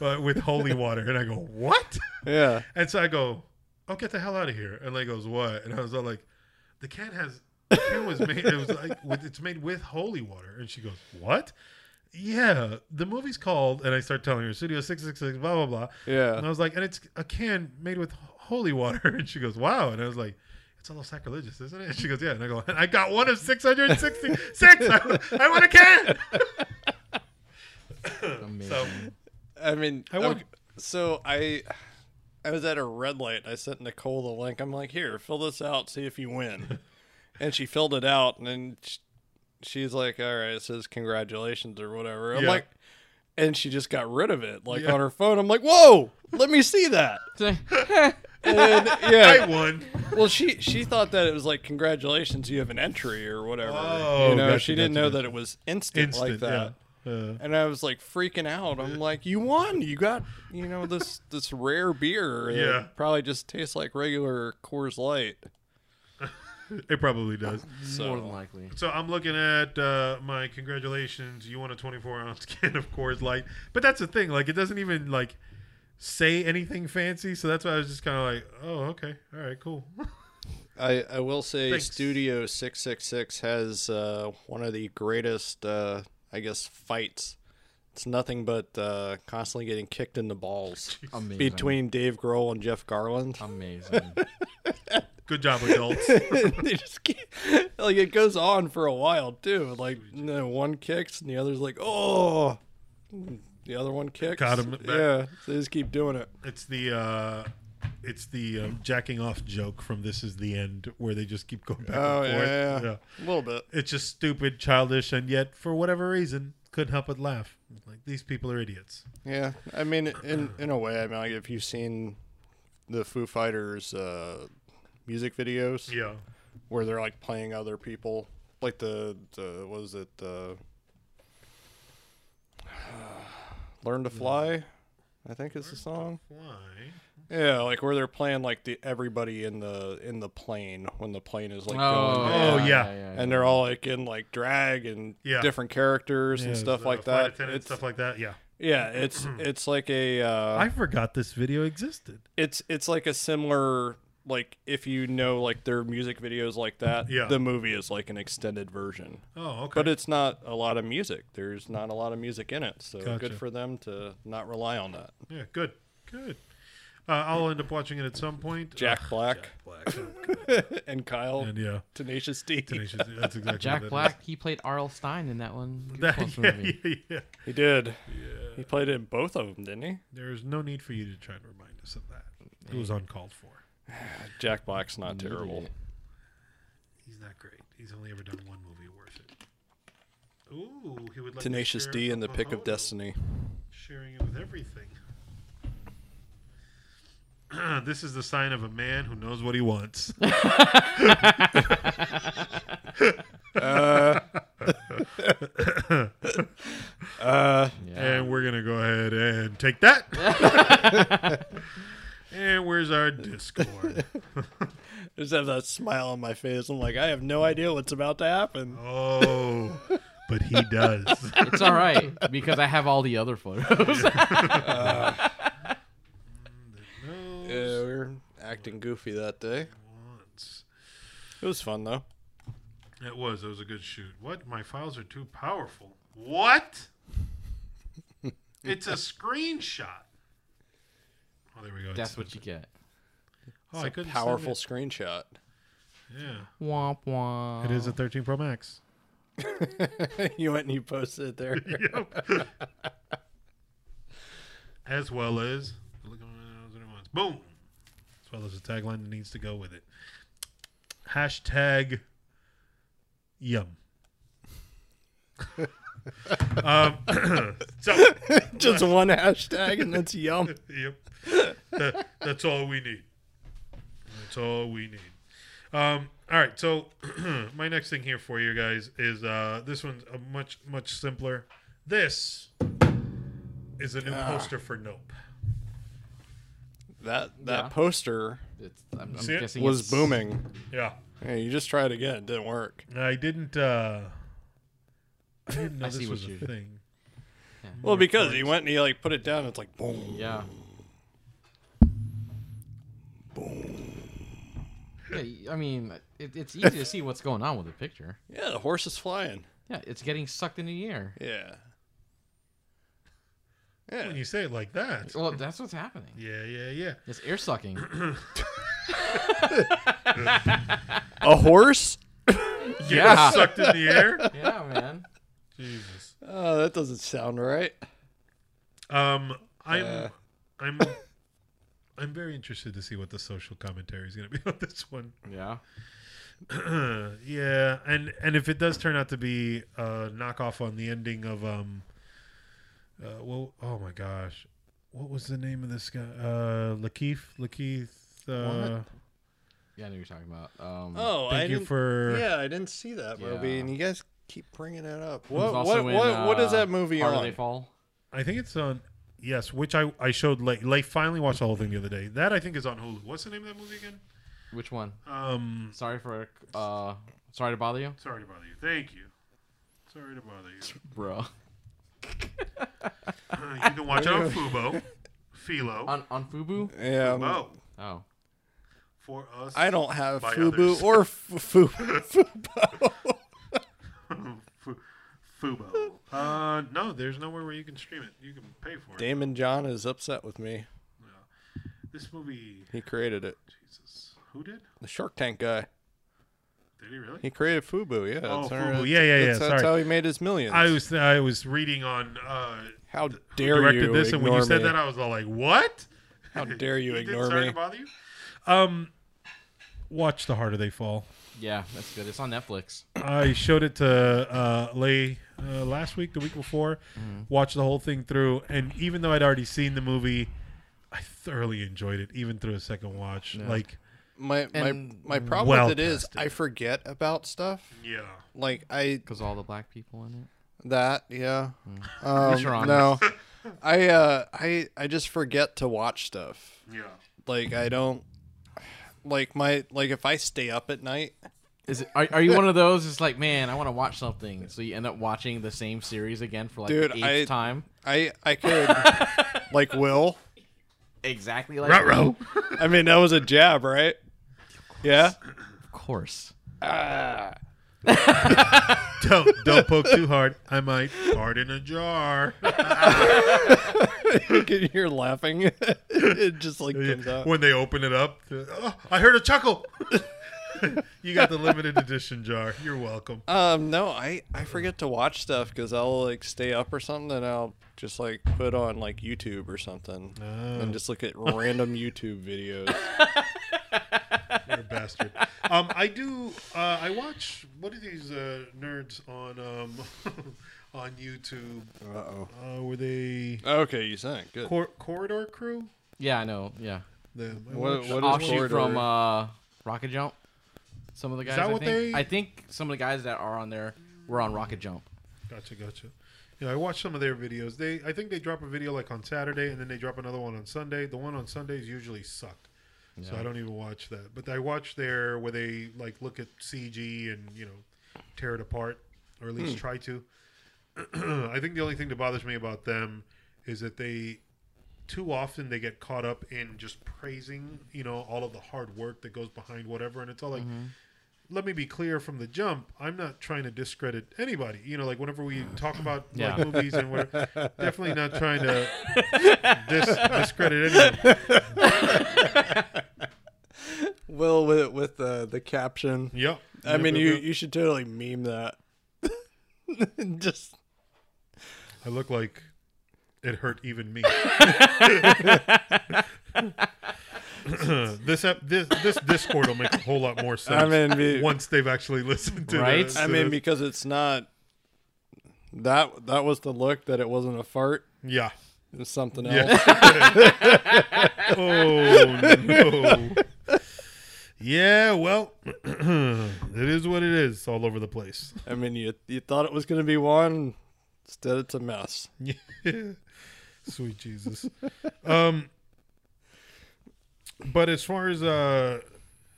uh, with holy water, and I go, what? *laughs* Yeah. And so I go, oh, get the hell out of here. And Leigh goes, what? And I was all like, the can has, the can was made, it was like, with, it's made with holy water. And she goes, what? Yeah, the movie's called, and I start telling her, Studio 666, blah, blah, blah. Yeah. And I was like, and it's a can made with holy water. *laughs* And she goes, wow. And I was like, it's a little sacrilegious, isn't it? *laughs* And she goes, yeah. And I go, and I got one of 666. I, *laughs* I want a can. Amazing. So, I mean, I want- okay, so I I was at a red light. I sent Nicole the link. I'm like, here, fill this out, see if *laughs* you win. and she filled it out, and then sh she's like, all right, it says congratulations or whatever. I'm Yeah. like, and she just got rid of it, like Yeah. on her phone. I'm like, whoa, let me see that. *laughs* And *laughs* I yeah, won. well, she she thought that it was like congratulations, you have an entry or whatever. Oh, you know, gotcha, she didn't gotcha, know gotcha. that it was instant, Instant. like that. Yeah. Uh, And I was like freaking out. I'm like, you won. You got, you know, this *laughs* this rare beer. that Yeah. Probably just tastes like regular Coors Light. it probably does. So More than likely. So I'm looking at uh, my congratulations. You won a 24 ounce *laughs* can of Coors Light, but that's the thing. Like it doesn't even like say anything fancy. So that's why I was just kind of like, oh, okay, all right, cool. *laughs* I, I will say Thanks. Studio 666 has uh, one of the greatest, uh, I guess, fights. It's nothing but uh, constantly getting kicked in *laughs* the balls Amazing. between Dave Grohl and Jeff Garland. *laughs* Amazing. Good job, adults. *laughs* they just keep, like it goes on for a while too. Like no, one kicks and the other's like, oh, the other one kicks. Caught him back. Yeah, they just keep doing it. it's the uh, it's the um, jacking off joke from This Is the End, where they just keep going back Oh and forth. yeah, yeah, a little bit. It's just stupid, childish, and yet for whatever reason, couldn't help but laugh. Like these people are idiots. Yeah, I mean, in in a way, I mean, like if you've seen the Foo Fighters uh, music videos Yeah, where they're like playing other people, like the the what is it the *sighs* Learn Mm. to Fly, I think is the song. Why? Yeah, like where they're playing like the everybody in the in the plane when the plane is like going. Oh, yeah. And they're all like in like drag and Yeah. different characters and stuff like that. It's, stuff like that. Yeah, *clears throat* yeah, it's it's like a uh, I forgot this video existed. it's it's like a similar like if you know like their music videos like that Yeah. the movie is like an extended version Oh, okay. but it's not a lot of music there's not a lot of music in it so Gotcha. good for them to not rely on that yeah, good, good. Uh, I'll end up watching it at some point. jack Ugh, black Jack Black. Oh, *laughs* and kyle and yeah, tenacious d Tenacious- *laughs* that's exactly what that Jack is. *laughs* Black, he played Arl Stein in that one Goosebumps That, yeah, movie. yeah, yeah. he did he played in both of them didn't he There's no need for you to try and remind us of that. It was uncalled for. jack black's not Mm-hmm. terrible Needed He's not great. He's only ever done one movie worth it. Ooh, he would like tenacious d and the pick of destiny sharing it with everything. *clears throat* this is the sign of a man who knows what he *laughs* wants. it. Yeah. and we're gonna go ahead and take that. *laughs* and where's our Discord? I just have that smile on my face i'm like i have no idea what's about to happen Oh, but he *laughs* does. It's all right because I have all the other photos. *laughs* yeah we were acting goofy that day Wants. it was fun though It was. It was a good shoot. What? My files are too powerful. What? it's a screenshot. Oh, there we go. That's what you get. Oh, I couldn't send powerful it. screenshot. *laughs* Yeah. Womp womp. It is a 13 Pro Max. you went and you posted *laughs* it there. *laughs* Yep. *laughs* as well as boom. As well as a tagline that needs to go with it. Hashtag yum. *laughs* um, *clears throat* so Just one hashtag and that's yum. *laughs* yep. That- that's all we need. That's all we need. Um, all right. So *clears throat* my next thing here for you guys is uh, this one's a much much simpler. This is a new Ah. poster for Nope. That that Yeah. poster It's, I'm, I'm See it? guessing was it's- booming. Yeah. Hey, you just tried again, it didn't work. I didn't. Uh, I didn't know *laughs* I see this what was a you- thing. Well, because he went and he like put it down. It's like boom. Yeah. Yeah, y- I mean, it, it's easy to see what's going on with the picture. Yeah, the horse is flying. Yeah, it's getting sucked in the air. Yeah. Yeah. When you say it like that. *laughs* Well, that's what's happening. Yeah, yeah, yeah. It's air *clears throat* sucking. A horse? Yeah. Sucked in the *laughs* air. yeah, man. Jesus. Oh, that doesn't sound right. Um, I'm, *laughs* I'm, I'm very interested to see what the social commentary is going to be *laughs* on this one. Yeah. yeah, and and if it does turn out to be a knockoff on the ending of um, uh, well, oh my gosh, what was the name of this guy? Uh, Lakeith, Lakeith. Uh, Yeah, I know what you're talking about. Um, Oh, I thank you didn't. for. Yeah, I didn't see that movie, Yeah. and you guys keep bringing it up. it was What what also in, what, what is uh, that movie Harder on? They Fall. I think it's on. Yes, which I I showed late. Late finally watched the whole thing the other day. That I think is on Hulu. What's the name of that movie again? Which one? Um, Sorry for uh, sorry to bother you, sorry to bother you. Thank you. Sorry to bother you. bro. Uh, you can watch it *laughs* on Fubo, Philo, On on Fubu. Yeah, I'm- Bo, Oh, for us. Um, I don't have By Fubu others. *laughs* or Fu- Fubo. Fu- Fubo. Uh, no, there's nowhere where you can stream it. You can pay for it. Damon John is upset with me. This movie, He created it. Jesus, who did? The Shark Tank guy. Did he really? He created Fubu. Yeah. Oh, that's how- Fubu, yeah, yeah, yeah, That's, that's sorry. how he made his millions. I was I was reading on uh, how who dare directed you this, and when you ignore said me. that, I was all like, "What?" How dare you Did- ignore sorry me? to bother you. Um, watch The Harder They Fall. Yeah, that's good. It's on Netflix. I showed it to uh, Lay uh, last week, the week before. Mm-hmm. Watched the whole thing through, and even though I'd already seen the movie, I thoroughly enjoyed it, even through a second watch. Like, My my And my problem well with it is tested. I forget about stuff. yeah, Like I Because all the black people in it. that yeah. You're Um, honest. no, I uh I I just forget to watch stuff. yeah. Like I don't like my like if I stay up at night. Is it, are, are *laughs* you one of those? It's like, man, I want to watch something, so you end up watching the same series again for like Dude, the eighth I- time. I I could like will. Exactly like Ruh-roh. I mean that was a jab, right? Yeah. *laughs* Of course. *laughs* don't don't poke too hard. I might fart in a jar. You can hear laughing. *laughs* it just like comes out. when they open it up, uh, oh, I heard a chuckle. *laughs* you got the limited edition jar. You're welcome. Um, no, I I forget to watch stuff because I'll like stay up or something, and I'll just like put on like YouTube or something, and just look at random YouTube videos. You're a bastard. Um, I do. Uh, I watch. What are these uh, nerds on um, *laughs* on YouTube? Uh-oh. Uh, were they *laughs* okay, you sang good. cor- Corridor Crew? Yeah, I know. Yeah, Them. I What- watched- what is offshoot Corridor? from uh, Rocket Jump. Some of the guys. that I, what think, they- I think some of the guys that are on there were on Rocket Jump. Gotcha, gotcha. Yeah, I watched some of their videos. They, I think they drop a video like on Saturday, and then they drop another one on Sunday. The one on Sundays usually suck, so I don't even watch that. But I watch their where they like look at CG and you know tear it apart, or at least Hmm. try to. *clears throat* I think the only thing that bothers me about them is that they too often they get caught up in just praising you know all of the hard work that goes behind whatever, and it's all like Mm-hmm. let me be clear from the jump. I'm not trying to discredit anybody. You know, like whenever we talk about Yeah. like movies and whatever, definitely not trying to *laughs* dis- discredit anyone. Will with with the the caption. Yep. I mean, you you should totally meme that. *laughs* just I look like it hurt even me. this, ep- this this Discord will make a whole lot more sense I mean, be, once they've actually listened to Right? this. I to mean this. because it's not that that was the look that it wasn't a fart. *laughs* yeah. It was something else. Yeah. oh no. Yeah, well, *clears throat* it is what it is. All over the place. I mean, you you thought it was gonna be one, instead it's a mess. *laughs* Sweet Jesus. Um, but as far as uh,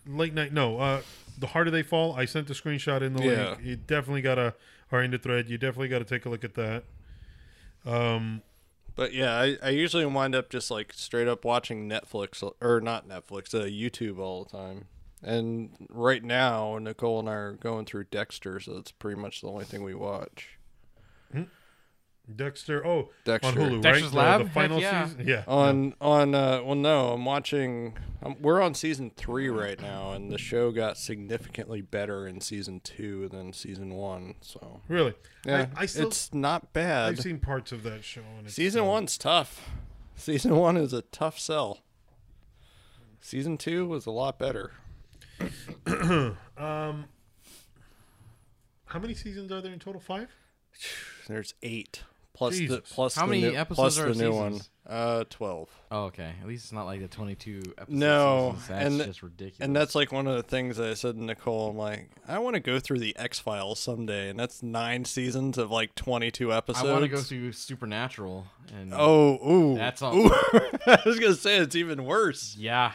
late night, no. Uh, the harder they fall, I sent the screenshot in the Yeah. link. You definitely gotta, or in the thread, you definitely gotta take a look at that. Um, But yeah, I, I usually wind up just like straight up watching Netflix or not Netflix, uh, YouTube all the time. And right now, Nicole and I are going through Dexter, so that's pretty much the only thing we watch. Dexter. Oh, Dexter. Oh. on Hulu, right? Dexter's The- Lab? The, Heck final yeah. season. Yeah. On on uh, well, no, I'm watching. i we're on season three right now, and the show got significantly better in season two than season one. So Really? yeah, I, I still. it's not bad. I've seen parts of that show. And it's Season still- one's tough. Season one is a tough sell. Season two was a lot better. Um, how many seasons are there in total? Five. There's eight plus the Jesus. plus How the many new, episodes plus are the in new seasons? one. Uh, twelve. Oh, okay. At least it's not like the twenty-two episodes. No, That's and- just ridiculous. And that's like one of the things that I said to Nicole. I'm like, I want to go through the X Files someday, and that's nine seasons of like 22 I episodes. want to go through Supernatural and Oh, ooh, That's all- Ooh. *laughs* I was gonna say it's even worse. yeah,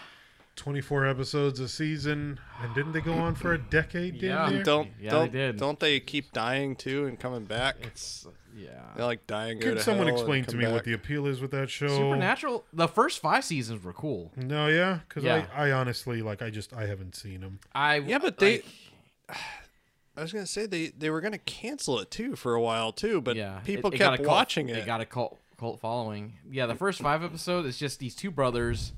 Twenty-four episodes a season, and didn't they go on for a decade? didn't Yeah. they? Don't Yeah, they don't did. don't they keep dying too and coming back? it's yeah. They're like dying. go Could to someone hell and explain to come me back. what the appeal is with that show? Oh. Supernatural. The first five seasons were cool. No, yeah, because Yeah. I, I honestly like I just I haven't seen them. I Yeah, but they- like, *sighs* I was gonna say they, they were gonna cancel it too for a while too, but yeah, it- people it got a kept cult- watching it. It got a cult cult following. Yeah, the first five episodes it's just these two brothers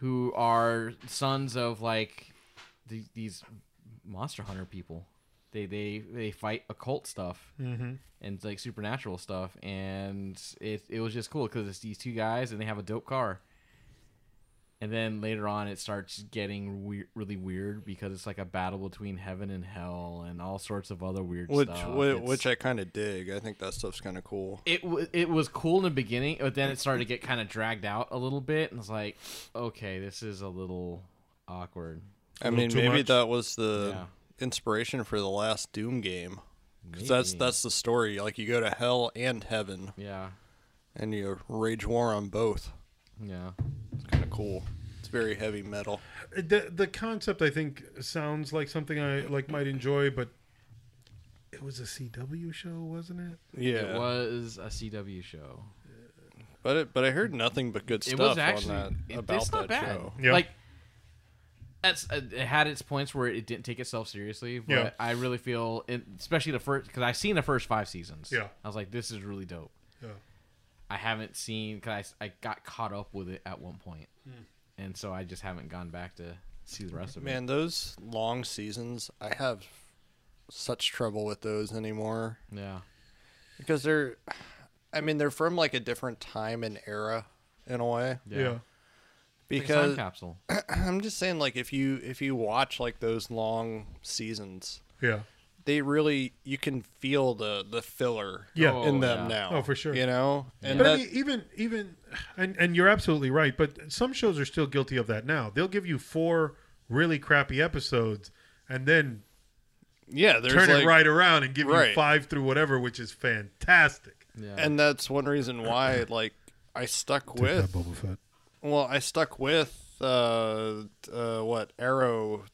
who are sons of like the, these monster hunter people. They they they fight occult stuff Mm-hmm. and like supernatural stuff, and it it was just cool because it's these two guys and they have a dope car. and then later on it starts getting weir- really weird because it's like a battle between heaven and hell and all sorts of other weird Which stuff. whi- It's- which I kind of dig. I think that stuff's kind of cool. it was it was cool in the beginning, but then it started to get kind of dragged out a little bit, and it's like, okay, this is a little awkward. I little mean, too maybe much. that was the Yeah. inspiration for the last Doom game. 'Cause that's Maybe. that's the story. Like you go to hell and heaven, yeah, and you rage war on both. yeah. It's kind of cool. It's very heavy metal. Uh, the the concept I think sounds like something I like might enjoy, but it was a CW show, wasn't it? Yeah, It was a CW show. but it, but I heard nothing but good It stuff was actually on that it- about it's not that bad. show. Yeah. Like that's uh, it had its points where it didn't take itself seriously, but Yeah. I really feel, it, especially the first, because I've seen the first five seasons. Yeah. I was like, this is really dope. Yeah. I haven't seen because I, I got caught up with it at one point, and so I just haven't gone back to see the rest of it. Hmm. Man, those long seasons, I have such trouble with those anymore Yeah, because they're, I mean, they're from like a different time and era in a way. yeah. It's like a time Because capsule. *clears throat* I'm just saying, like if you if you watch like those long seasons, yeah, they really you can feel the the filler yeah. Oh, in them yeah. now. Oh, for sure. You know, and But that, I mean, even even and and you're absolutely right. But some shows are still guilty of that now. They'll give you four really crappy episodes, and then yeah, there's turn like, it right around and give Right. you five through whatever, which is fantastic. Yeah, and that's one reason why like I stuck with Boba Fett. Well, I stuck with uh, uh, what Arrow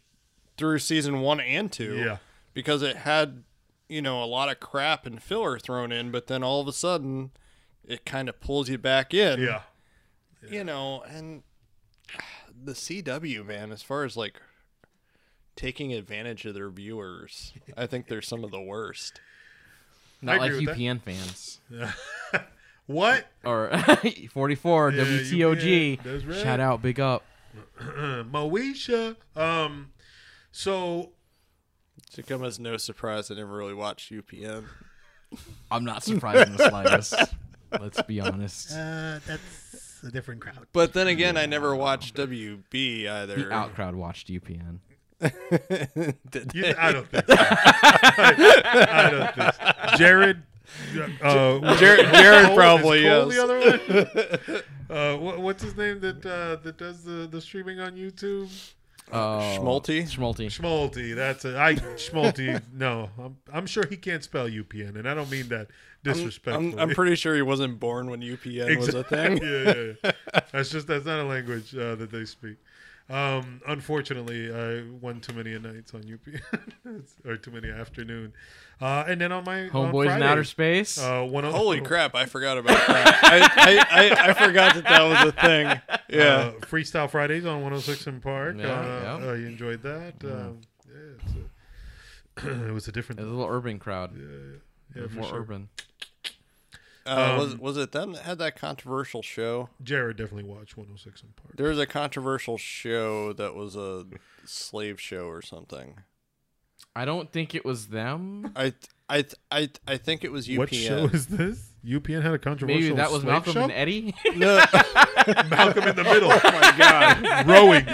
through season one and two, Yeah. because it had you know a lot of crap and filler thrown in, but then all of a sudden it kind of pulls you back in, Yeah, you know, and the CW man, as far as like taking advantage of their viewers, I think they're some of the worst. not I like agree with that. UPN fans what? or *laughs* 44 WTOG. UPN, that's right. Shout out, big up. Uh, Moesha. Um, so To come as no surprise, I never really watched UPN. I'm not surprised in the slightest. Let's be honest. uh, that's a different crowd. But then again, I never watched WB either. The outcrowd watched UPN. *laughs* Did You, I don't think. So. *laughs* I, I don't think. So. Jared. Uh, what- Jared, Cole- Jared is probably Cole is. the other one. Uh, what, what's his name that uh, that does the, the streaming on YouTube? Uh, Oh, Schmalti? Schmalti. Schmalti. That's it. I Schmalti. No, I'm I'm sure he can't spell UPN, and I don't mean that disrespectfully. I'm, I'm pretty sure he wasn't born when UPN was a Exactly. thing. *laughs* yeah, yeah, *laughs* yeah. That's just that's not a language uh, that they speak. Um, unfortunately, I won too many nights on UPN *laughs* or too many afternoon, uh, and then on my Homeboys on in Friday, outer space. Uh, one o- *laughs* Holy crap, I forgot about that. I, I, I, I forgot that that was a thing. *laughs* Yeah. Uh, Freestyle Fridays on 106 in Park. Yeah, uh, yeah. uh, you enjoyed that. Um, yeah, it's a- *clears throat* it was a different. It's a little urban crowd. yeah, for More sure. urban. Uh, was, was it them that had that controversial show? Jared definitely watched 106 in Park. There was a controversial show that was a slave show or something. I don't think it was them. I I I, I think it was UPN. What show is this? UPN had a controversial. Maybe that was slave Malcolm show? and *laughs* Eddie. *laughs* no, Malcolm in the middle. oh my god, rowing.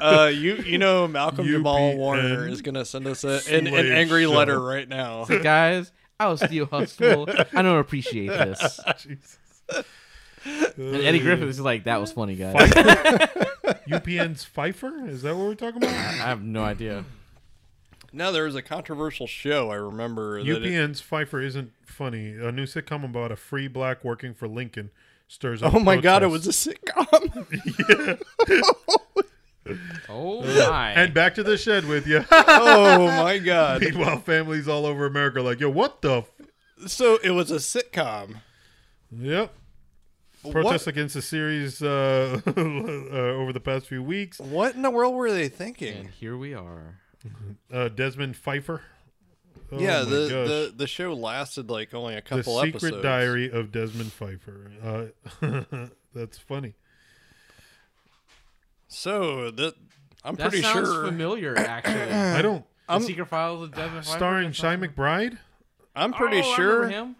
uh, you you know Malcolm Jamal UPN. Warner is gonna send us a, an, an Slave angry show. letter right now. *laughs* Guys, I was Steel Hustle. I *laughs* don't appreciate this. Jesus. Uh, And Eddie Griffith is like, that was funny, guys. UPN's Pfeiffer? Is that what we're *coughs* talking I about? have no idea. No, there was a controversial show. I remember that it- UPN's Pfeiffer isn't funny. A new sitcom about a free black working for Lincoln stirs up. Oh my god, it was protests. a sitcom. *laughs* Oh my! And back to the shed with *laughs* you. oh *laughs* my *laughs* god. Meanwhile, families all over America are like, yo, what the? F-? So it was a sitcom. Yep. Protests What, against the series uh, *laughs* uh, over the past few weeks. what in the world were they and thinking? here we are. Uh, Desmond Pfeiffer. Oh yeah, my the, gosh. the the show lasted like only a couple the episodes. Secret Diary of Desmond Pfeiffer. Uh, *laughs* that's funny. So that I'm That pretty sounds sure *clears throat* familiar, actually. I don't. the Secret Files of Devin Pfeiffer Starring or Shy something? McBride. I'm Oh, pretty I remember sure him. don't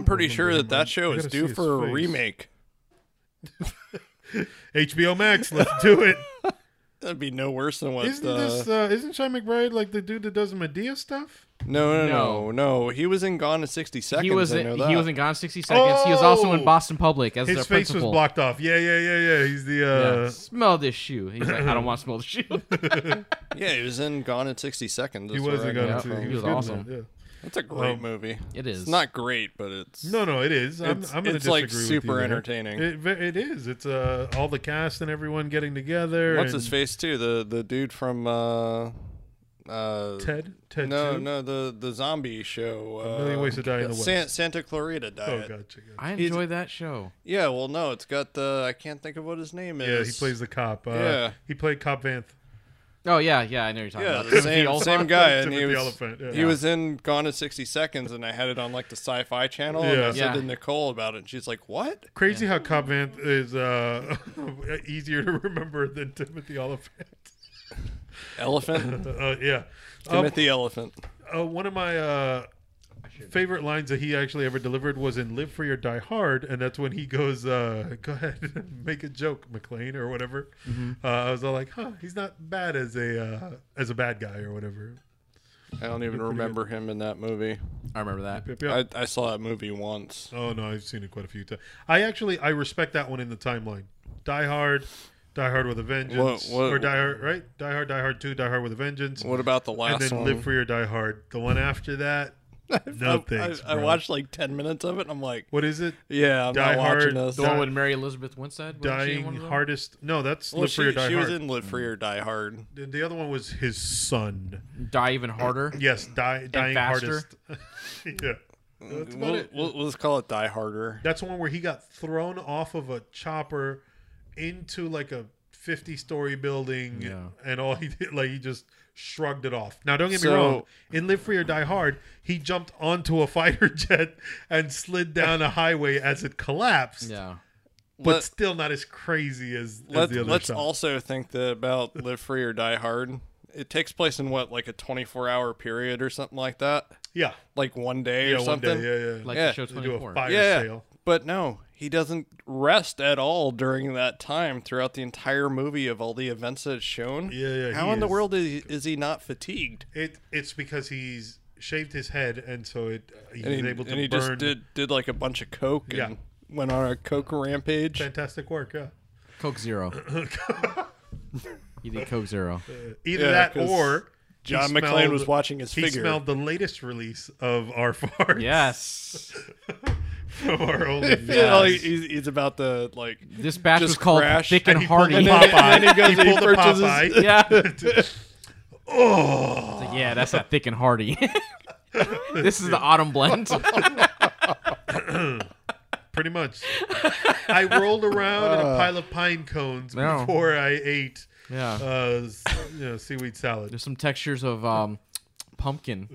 I'm pretty remember sure him. that that I show is gotta due see his for a face. remake. HBO Max, let's do *laughs* it. That'd be no worse than what. Isn't uh, this uh, isn't Sean McBride like the dude that does the Medea stuff? no, no, no, no, He was in Gone in sixty seconds. He was I in, know he that. was in Gone 60 Seconds. he was also in Oh! Boston Public as His their face principal. was blocked off. Yeah, yeah, yeah, yeah. He's the Yeah, uh smell this shoe. He's like, I don't want to smell the *laughs* shoe. Yeah, he was in Gone in sixty seconds. he That's was where a I gun got it too. from. He was good in awesome. that, yeah. It's a great Um, movie. it is. It's not great, but it's No, no, it is. I'm, It's- I'm gonna it's, like, disagree with super you there. entertaining. It, ve- it is. It's uh, all the cast and everyone getting together. what's and his face too? The the dude from uh uh Ted. Ted. no, too? no, the the zombie show. Uh, Million Ways to Die in the West. San- Santa Clarita Oh, Diet. gotcha. gotcha. I enjoy that show. Yeah, well, no, it's got the I can't think of what his name Yeah, is. he plays the cop. Uh, Yeah. He played Cop Vanth. Oh yeah, yeah, I know you're talking yeah, about. the Timothy same, *laughs* Olyphant? same guy, and he Timothy was Oliphant, yeah. he was in Gone in sixty seconds, and I had it on like the Sci-Fi Channel, and I Yeah. said Yeah. to Nicole about it, and she's like, "What?" Crazy how Cop Vanth is uh, *laughs* easier to remember than Timothy Oliphant. *laughs* Elephant, Uh, yeah. Um, Timothy Elephant. uh, one of my uh, favorite lines that he actually ever delivered was in "Live Free or Die Hard," and that's when he goes, uh, *laughs* "Go ahead, make a joke, McLean, or whatever." Mm-hmm. Uh, I was all like, "Huh, he's not bad as a uh, as a bad guy or whatever." I don't even remember him in that movie. I remember that. Yep, yep. I, I saw that movie once. Oh no, I've seen it quite a few times. I actually I respect that one in the timeline. Die Hard, Die Hard with a Vengeance, What- what- or Die Hard right? Die Hard, Die Hard Two, Die Hard with a Vengeance, What about the last and then one? Live Free or Die Hard. The one after that, no I- thanks. I, I bro. watched like ten minutes of it. and I'm like, What is it? yeah, I'm Die not Hard, watching this. The Die- one with Mary Elizabeth Winstead. wasn't she in one Dying of them? hardest. No, that's well, Live Free or she, Die she Hard. was in Live Free or Die Hard. The- The other one was his son. Die even harder. Yes, die, dying faster. hardest. *laughs* yeah, that's about We'll, it. we'll, let's call it Die Harder. That's the one where he got thrown off of a chopper into like a fifty-story building, Yeah. and all he did, like he just shrugged it off. Now, don't get me So- wrong. In Live Free or Die Hard, he jumped onto a *laughs* fighter jet and slid down a highway as it collapsed. Yeah. But Let- still not as crazy as, as Let, the other let's shot. also think that about Live Free or Die Hard. It takes place in what, like a 24 hour period or something like that? yeah, Like one day yeah, or one something? day, yeah, yeah. Like Yeah. the show they do a 24. fire Yeah, sale. But no, he doesn't rest at all during that time throughout the entire movie of all the events that's shown. Yeah, yeah, How he in the is. world is, is he not fatigued? It it's because he's shaved his head, and so it uh, he's And he, able to and he burn. just did, did like a bunch of coke and Yeah. went on a coke rampage. Fantastic work, yeah. *laughs* Coke Zero. you did Coke Zero. Either Yeah, that 'cause or he John McClane smelled- was watching his He figure. smelled the latest release of our farts. *laughs* Yes. from our *laughs* only. *laughs* Yeah, like, he's, he's about to like This batch Just was called crash. Thick And and, he pulled Hardy. a Popeye. he, pulled a purchases- Popeye. *laughs* *laughs* yeah. oh. Yeah, that's not Thick and Hardy. *laughs* this is the *laughs* autumn blend. Pretty much. I rolled around *laughs* Uh. in a pile of pine cones No. before I ate Yeah. uh, s- you know, seaweed salad. There's some textures of um, pumpkin.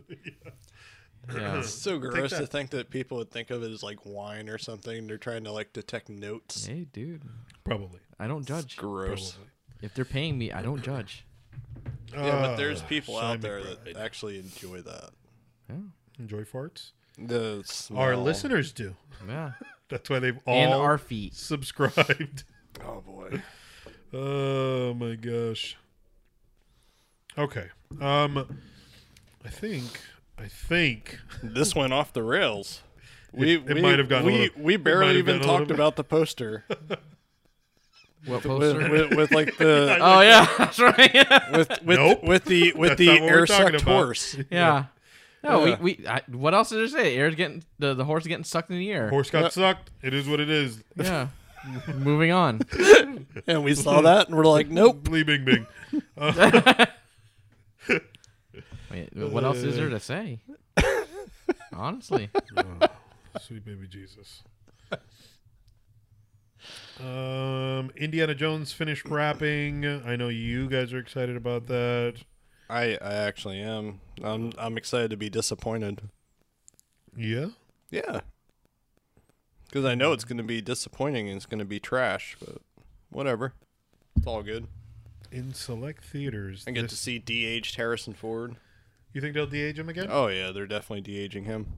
Yeah. It's so gross to that. think that people would think of it as like wine or something. They're trying to like detect notes. Hey, dude. Probably. I don't judge. Gross. If they're paying me, I don't judge. Yeah, Ah, but there's people Sean out there that actually enjoy that. Enjoy farts. The Our smell. listeners do. *laughs* Yeah. That's why they've all And our feet. *laughs* subscribed. *laughs* Oh boy. Oh my gosh. Okay. Um I think I think *laughs* this went off the rails. We It- it we- might have gone a We, little- we it might barely have even gone a little talked bit. about the poster *laughs* What with, poster? with, with, *laughs* like the *laughs* Oh yeah, *laughs* that's right. yeah. with with, Nope. with the with That's the not what we're air talking sucked about. *laughs* horse. No, Yeah. we, we I, what else did I say? Air's getting the, the horse is getting sucked in the air. horse got sucked. It is what it is. Yeah. *laughs* Moving on. And we saw that and we're like, *laughs* nope. Lee Bing Bing. Wait, what else is there to say? Honestly, Sweet baby Jesus. Um Indiana Jones finished wrapping. I know you guys are excited about that. *laughs* I, I actually am. I'm I'm excited to be disappointed. Yeah. Yeah. Because I know it's going to be disappointing and it's going to be trash, but whatever. It's all good. In select theaters. I get this- to see de-aged Harrison Ford. you think they'll de-age him again? Oh yeah, they're definitely de-aging him.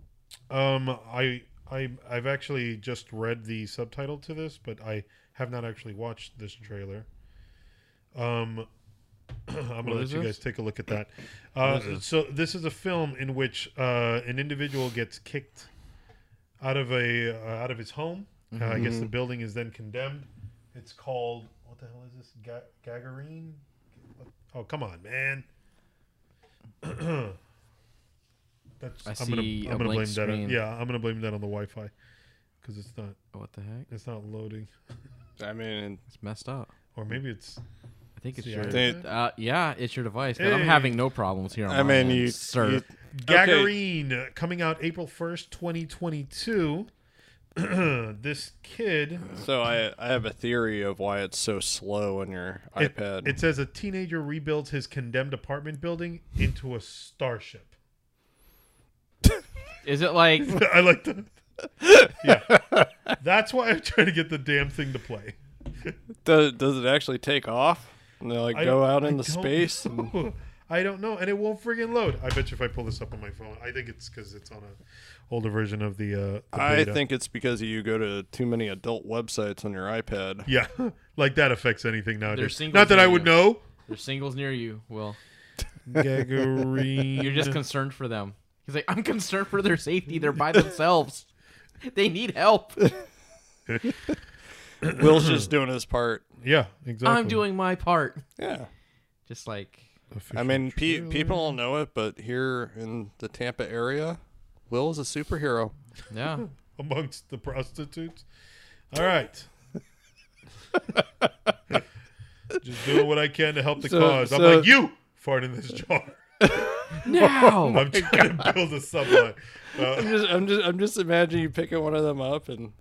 Um, I I I've actually just read the subtitle to this, but I have not actually watched this trailer. Um, *clears throat* I'm gonna What let is you this? guys take a look at *clears throat* that. Uh, this? so this is a film in which uh, an individual gets kicked out of a uh, out of his home. Uh, I Mm-hmm. guess the building is then condemned. It's called what the hell is this? Ga- Gagarine? Oh come on, man. *clears throat* That's, I I am gonna, see I'm a gonna blame blank that. On, screen. yeah, I'm gonna blame that on the Wi-Fi because it's not What the heck? it's not loading, I mean, It's messed up. or maybe it's I think it's See, your. I think- uh, yeah, it's your device. But Hey. I'm having no problems here. On I my mean, end, you- sir. you- Gagarine uh, coming out April 1st, 2022. *clears throat* this kid so I I have a theory of why it's so slow on your it, iPad. it says a teenager rebuilds his condemned apartment building into a starship. Is it like *laughs* I like that. Yeah. That's why I'm trying to get the damn thing to play. does, does it actually take off? And they like I go don't- out I into don't space. and- know. *laughs* I don't know, and it won't friggin' load. I bet you if I pull this up on my phone, I think it's because it's on a older version of the. Uh, the I beta. think it's because you go to too many adult websites on your iPad. Yeah, *laughs* like that affects anything nowadays. singles Not that I would know. there's singles near you? Will Gagarine. *laughs* you're just concerned for them? He's like, I'm concerned for their safety. They're by themselves. They need help. *laughs* Will's just doing his part. yeah, exactly. I'm doing my part. Yeah. Just like Official I mean, pe- trailer. people don't know it, but here in the Tampa area, Will is a superhero. yeah. *laughs* amongst the prostitutes. All *laughs* right. just doing what I can to help the So- cause. I'm so- like you fart in *laughs* this jar. now I'm trying to build a subline. Uh, I'm just, I'm just, I'm just imagining you picking one of them up, and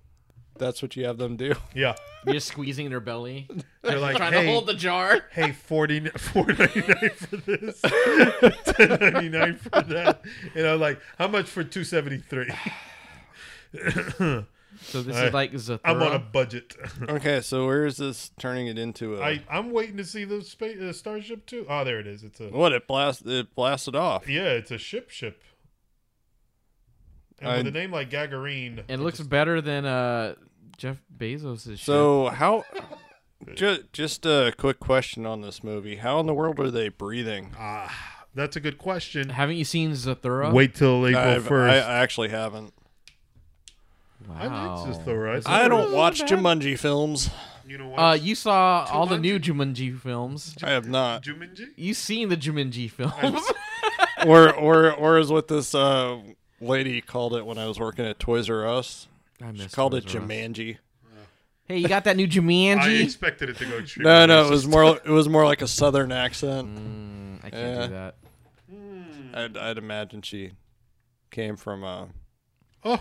that's what you have them do. *laughs* yeah, you're squeezing their belly, they're like, trying hey, to hold the jar. hey, 40, *laughs* 499 for this, ten ninety nine for that, and I'm like, how much for two seventy three? So this Alright. is like Zathura. I'm on a budget. *laughs* Okay, so where is this turning it into a? I I'm waiting to see the space uh, starship too. Oh, there it is. It's a what it blast? It blasted off. yeah, it's a ship ship. And with I- a name like Gagarine, It looks better than uh Jeff Bezos' So how? Just, just a quick question on this movie. How in the world are they breathing? that's a good shit. question. Haven't you seen Zathura? Wait till April I've- I, first. I actually haven't. I wow. like Zathura. It's I not don't really watch bad. Jumanji films. You know what? Uh, you saw all the new Jumanji films. I have not. Jumanji. You seen the Jumanji films? *laughs* or or or is what this uh, lady called it when I was working at Toys R Us. I She missed called Toys it R Us. Jumanji. Hey, you got that new I Jumanji? expected it to go extremely. No, no, it racist. was more it was more like a southern accent. Mm, I can't Yeah. do that. I'd, I'd imagine she came from a Oh,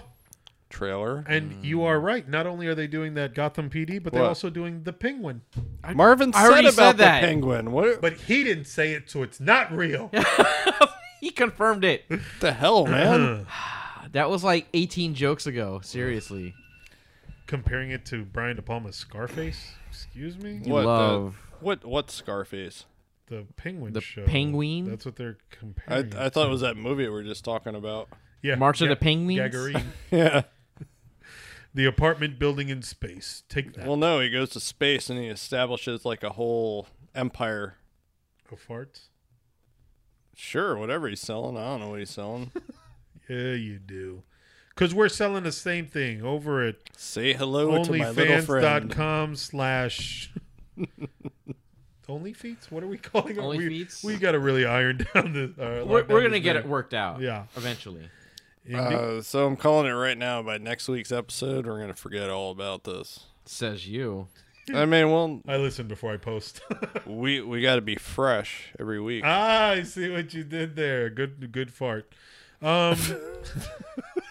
trailer. and you are Hmm. right. Not only are they doing that Gotham PD, but they're What? also doing the Penguin. Marvin I said already about said the that. penguin. What But he didn't say it, so it's not real. *laughs* He confirmed it. *clears throat* the hell, man? That was like 18 jokes ago. Seriously. Comparing it to Brian De Palma's Scarface. Excuse me. What the- Love. what what Scarface? The Penguin. The show. Penguin? That's what they're I, comparing. I it thought to. it was that movie we were just talking about. *laughs* yeah, March of Ga- the Penguins? Gagarine. Yeah. the apartment building in space. Take that. Well, no, he goes to space and he establishes like a whole empire. Oh, farts. Sure, whatever he's selling, I don't know what he's selling. Yeah, you do. Because we're selling the same thing over at Say hello to my little friend. onlyfans.com slash *laughs* only feats what are we calling it Only we, feats? we gotta really iron *laughs* down this uh, We're, lock down we're going to this get name. it worked out. Yeah. Eventually. Indeed. Uh, so I'm calling it right now. By next week's episode, we're gonna forget all about this. Says you. I mean, well, i listen before i post *laughs* we we got to be fresh every week. Uh, ah, i see what you did there good good fart *laughs* um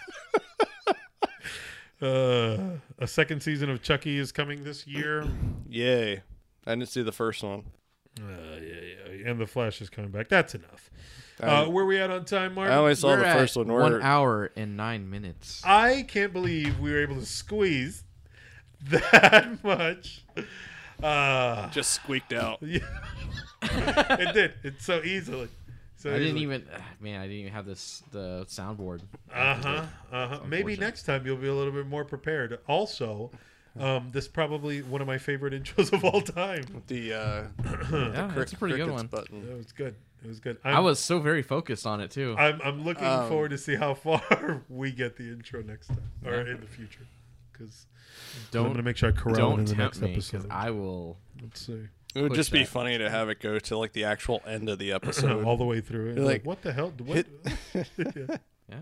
*laughs* uh, a second season of chucky is coming this year Yay! I didn't see the first one. uh, yeah, yeah. and the flash is coming back that's enough uh, I, where we at on time mark I only saw We're the at first one. One We're- hour and nine minutes. I can't believe we were able to squeeze *laughs* that much. Uh, *laughs* *laughs* just squeaked out. yeah. it did. It's so easily. So I didn't even ah, man, I didn't even have this the *laughs* soundboard. Uh huh. Uh huh. Maybe unfortunate. next time you'll be a little bit more prepared. Also, um, this probably one of my favorite *laughs* intros of all time. The uh, Yeah, that's a pretty good crickets one. button. It was good. It was good. I'm, I was Um, so very focused on it too. I'm, I'm looking forward to see how far *laughs* we get the intro next time or in the future. Because I'm going to don't make sure I corral it in don't the tempt next me because episode. I will. Let's see. It would Push just be that. funny to have it go to like the actual end of the *laughs* episode. All the way through it. You're Like, like, what *laughs* the hell? What? Yeah. Yeah,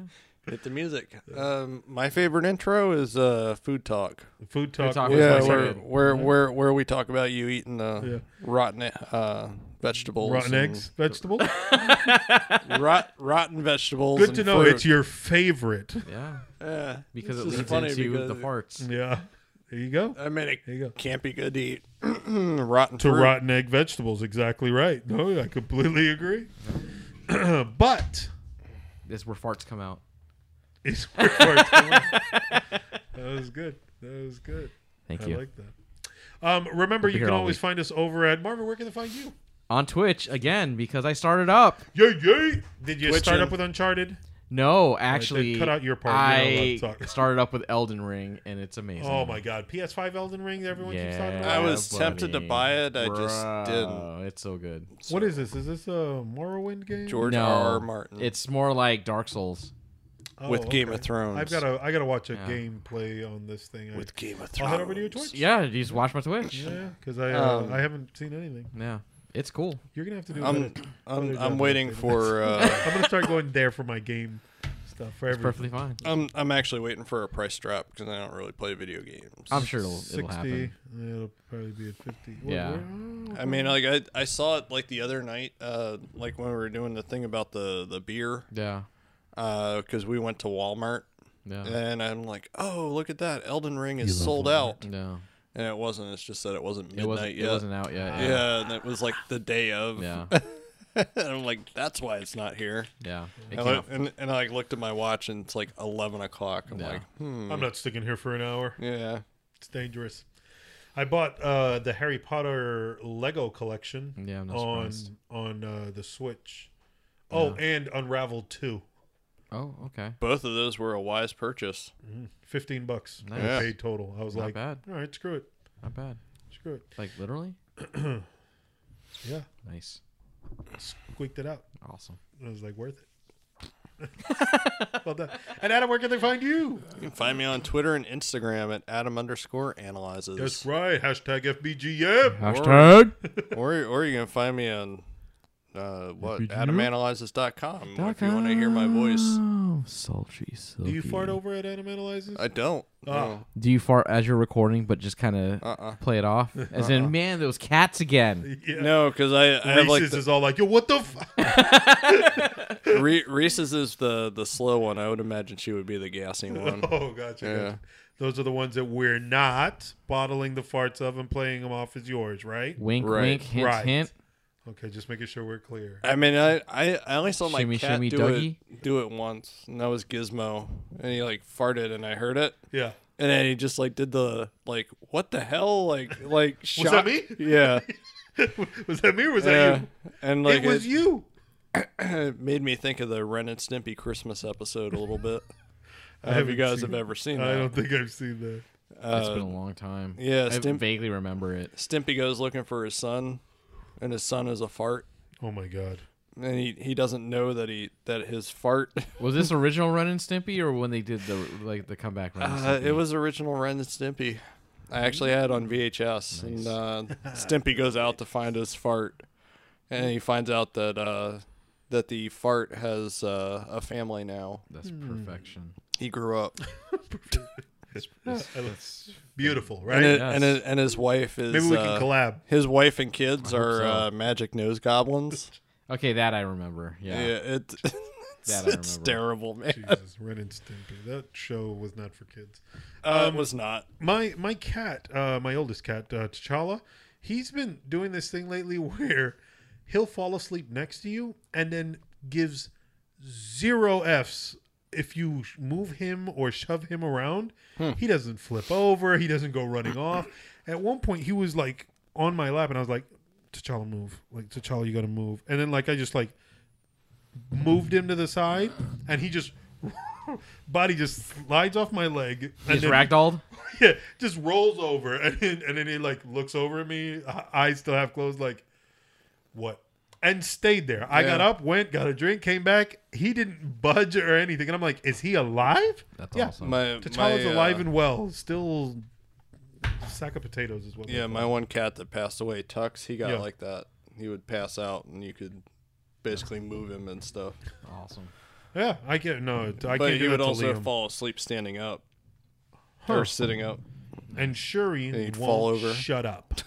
Hit the music. Um, my favorite intro is uh, food talk. Food talk. talk was was my Yeah, my where, favorite. second. where where where we talk about you eating uh, Yeah. rotten uh, vegetables, Rotten and- eggs, vegetable. *laughs* *laughs* rot, rotten vegetables. Good and to know fruit. it's your favorite. yeah, Yeah, because It's it just leads funny into because the it- farts. Yeah. There you go. Uh, I mean, it There you go. can't be good to eat *clears throat* rotten to fruit. rotten egg vegetables. Exactly right. No, I completely agree. *clears throat* but Is where farts come out. it's *laughs* where it's going. That was good. That was good. Thank I you. like that. Um, remember, be you here can all always week. find us over at Marvin. Where can they find you? on Twitch again because I started up. Yay, yay! Did you start Twitching. up with Uncharted? No, actually, then cut out your part. You're I not allowed to talk. *laughs* started up with Elden Ring, and it's amazing. Oh my God! PS5 Elden Ring. that Everyone keeps talking Yeah, I about. was tempted to buddy. buy it, I just Bro, didn't. It's so good. What is this? Is this a Morrowind game? George No, R. R. Martin. It's more like Dark Souls. Oh, with Game of okay. Thrones. I've got to. I got to watch a Yeah. gameplay on this thing. with Game of I, Thrones. will head over to your Twitch. Yeah, you just watch my Twitch. Yeah, because I uh, Um, I haven't seen anything. Yeah, it's cool. You're gonna have to do. a I'm better- I'm, job I'm than waiting I did. for uh, I'm gonna start going there for my game stuff for everything. Perfectly fine. I'm I'm actually waiting for a price drop because I don't really play video games. I'm sure it'll, it'll 60. happen. It'll probably be at 50. Wha- Yeah. Hmm. wha- I mean, like I, I saw it like the other night, uh, like when we were doing the thing about the the beer, Yeah, because we went to Walmart yeah, and I'm like, oh look at that, Elden Ring is sold out, no, and it wasn't. It's just that it wasn't midnight it wasn't. yet. It wasn't out yet. yeah. and it was like the day of. yeah, *laughs* and I'm like, that's why it's not here. yeah. It And, came out- I- and, and I like looked at my watch and it's like eleven o'clock. I'm Yeah. like, hmm, I'm not sticking here for an hour. yeah. It's dangerous. I bought uh, the Harry Potter Lego collection Yeah, I'm not on surprised. on uh, the Switch. Oh, and Unravel 2. Oh, okay. Both of those were a wise purchase. 15 bucks. I Nice. paid total. I was Not like, bad. all right, screw it. Not bad. Screw it. Like literally. Yeah. Nice. Squeaked it out. Awesome. I was like, worth it. *laughs* well done. And Adam, where can they find you? You can find me on Twitter and Instagram at Adam underscore analyzes. That's right. Hashtag FBGM. Hashtag. or or you can find me on uh, what FBGU? adamanalyzes.com if you want to hear my voice. Oh, sultry, silky. Do you fart over at Adam Analyzes? I don't. Ah. Do you fart as you're recording, but just kind of Uh-uh. play it *laughs* off? As in, man, those cats again. *laughs* Yeah. No, because I, I have Reese's like the, is all like, yo, what the fuck? Re- Reese's is the the slow one. I would imagine she would be *laughs* the gassy one. Oh, gotcha. Yeah. gotcha. Those are the ones that we're not bottling the farts of and playing them off as yours, right? Wink, Right. wink, hint, Right. hint. Okay, just making sure we're clear. I mean, I, I, I only saw my Shimmy, cat shimmy, do Dougie? it do it once, and that was Gizmo, and he like farted, and I heard it, Yeah. and then he just like did the like what the hell like like Was that shock. me? *laughs* Yeah, Was that me or was yeah, that you? and like it was you. It made me think of the Ren and Stimpy Christmas episode a *laughs* little bit. I don't know if you haven't guys seen have ever seen I that. don't think I've seen that. It's been a long time. Uh, yeah, I Stim- vaguely remember it. Stimpy goes looking for his son, and his son is a fart, Oh, my God. and he, he doesn't know that he that his fart. *laughs* Was this original Run and Stimpy, or when they did the like the comeback Run? Uh, and Stimpy? it was original Ren and Stimpy. I actually had on VHS, and *laughs* uh, Stimpy goes out to find his fart, and he finds out that uh, that the fart has uh, a family now. That's perfection. He grew up, *laughs* Beautiful, right? and, it, Yes. and, it, and his wife is Maybe we uh, can collab. His wife and kids are so. uh, magic nose goblins. Okay, that I remember. *laughs* yeah, Yeah, it, *laughs* That it's, I it's remember. terrible, man. Jesus, Ren and Stimpy. That show was not for kids. Uh, Um, it was not. Oh. my my cat, uh, my oldest cat, uh, T'Challa, he's been doing this thing lately *laughs* where he'll fall asleep next to you and then gives zero f's if you sh- move him or shove him around. He doesn't flip over. He doesn't go running off. At one point, he was like on my lap, and I was like, "T'Challa, move! Like T'Challa, you got to move!" And then like I just like moved him to the side, and he just *laughs* body just slides off my leg. and He's then- ragdolled. *laughs* yeah, just rolls over and then, and then he like looks over at me, I- eyes still half closed, like what? And stayed there. I got Yeah. up, went, got a drink, came back. He didn't budge or anything, and I'm like, is he alive? That's Yeah, awesome. My T'Challa's my, uh, alive and well, still sack of potatoes is what. they Yeah, call my it. one cat that passed away, Tux, he got Yeah. like that. He would pass out and you could basically move him and stuff. awesome. Yeah, I can't. No, I but can't he do it would to also Liam. fall asleep standing up Huh. or sitting up. And Shuri he'd won't fall over. Shut *laughs* up.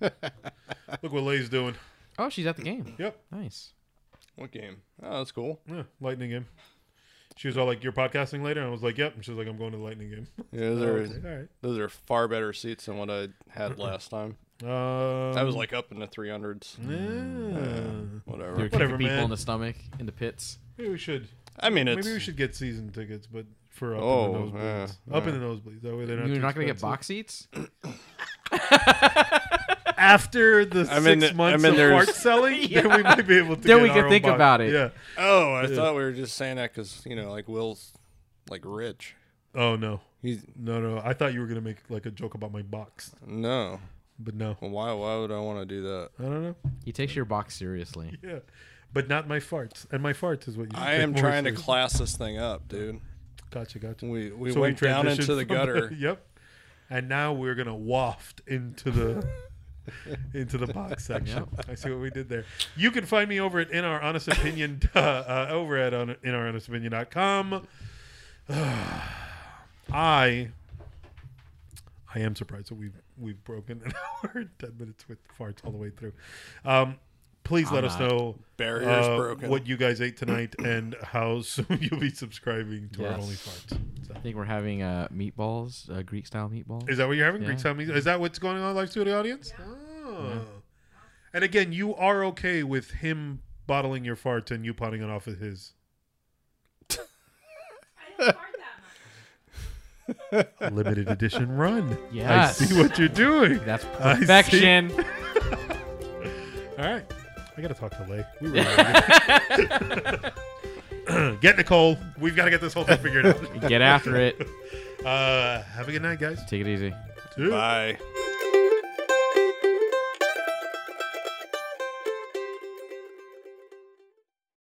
Look what Lay's doing. Oh, she's at the game. Yep. Nice. What game? Oh, that's cool. Yeah, lightning game. She was all like, "You're podcasting later," and I was like, "Yep." And she was like, "I'm going to the lightning game." Yeah, Oh, those I are was like, all right. those are far better seats than what I had last time. Um, I was like up in the 300s. yeah. You were Whatever. kicking Whatever, people man. in the stomach in the pits. maybe we should. I mean, it's Maybe we should get season tickets, but for up Oh, in the nosebleeds. yeah, up yeah. in the nosebleeds. That way they're not. You're too not gonna get expensive. box seats. after the *laughs* I'm 6 in the- months I'm in of there's- part *laughs* selling. Then we might be able to. Then get we our can own think box. about it. Yeah. Oh, I thought we were just saying that cuz, you know, like Will's like rich. Oh no, He's no, no. I thought you were gonna make like a joke about my box, no. but no. Well, why why would I want to do that? I don't know. He takes your box seriously. Yeah, but not my farts. And my farts is what you. should *laughs* I take am more trying to seriously. class this thing up, dude. Gotcha, gotcha. We we So went down transitioned into the from gutter. *laughs* yep. And now we're gonna waft into the *laughs* into the *laughs* box section. I see what we did there. You can find me over at in our honest opinion *laughs* uh, uh, over at on, in our honest opinion.com. *sighs* I I am surprised that we've we've broken an *laughs* hour and ten minutes with farts all the way through. Um, please let I'm us not. know Barriers uh, broken. what you guys ate tonight and how *laughs* soon you'll be subscribing to our Yes. Only Farts. So- I think we're having uh, meatballs, uh, Greek style meatballs. Is that what you're having? Greek Yeah. style meatballs? Is that what's going on live studio audience? Oh. And again, you are okay with him bottling your farts and you potting it off of his. I don't fart that much. Limited edition run. Yes. I see what you're doing. That's *laughs* I see. perfection. All right. I got to talk to Lay. We really *clears throat* get Nicole. We've got to get this whole thing *laughs* figured out. *laughs* Get after it. Uh, have a good night, guys. Take it easy. Two. Bye.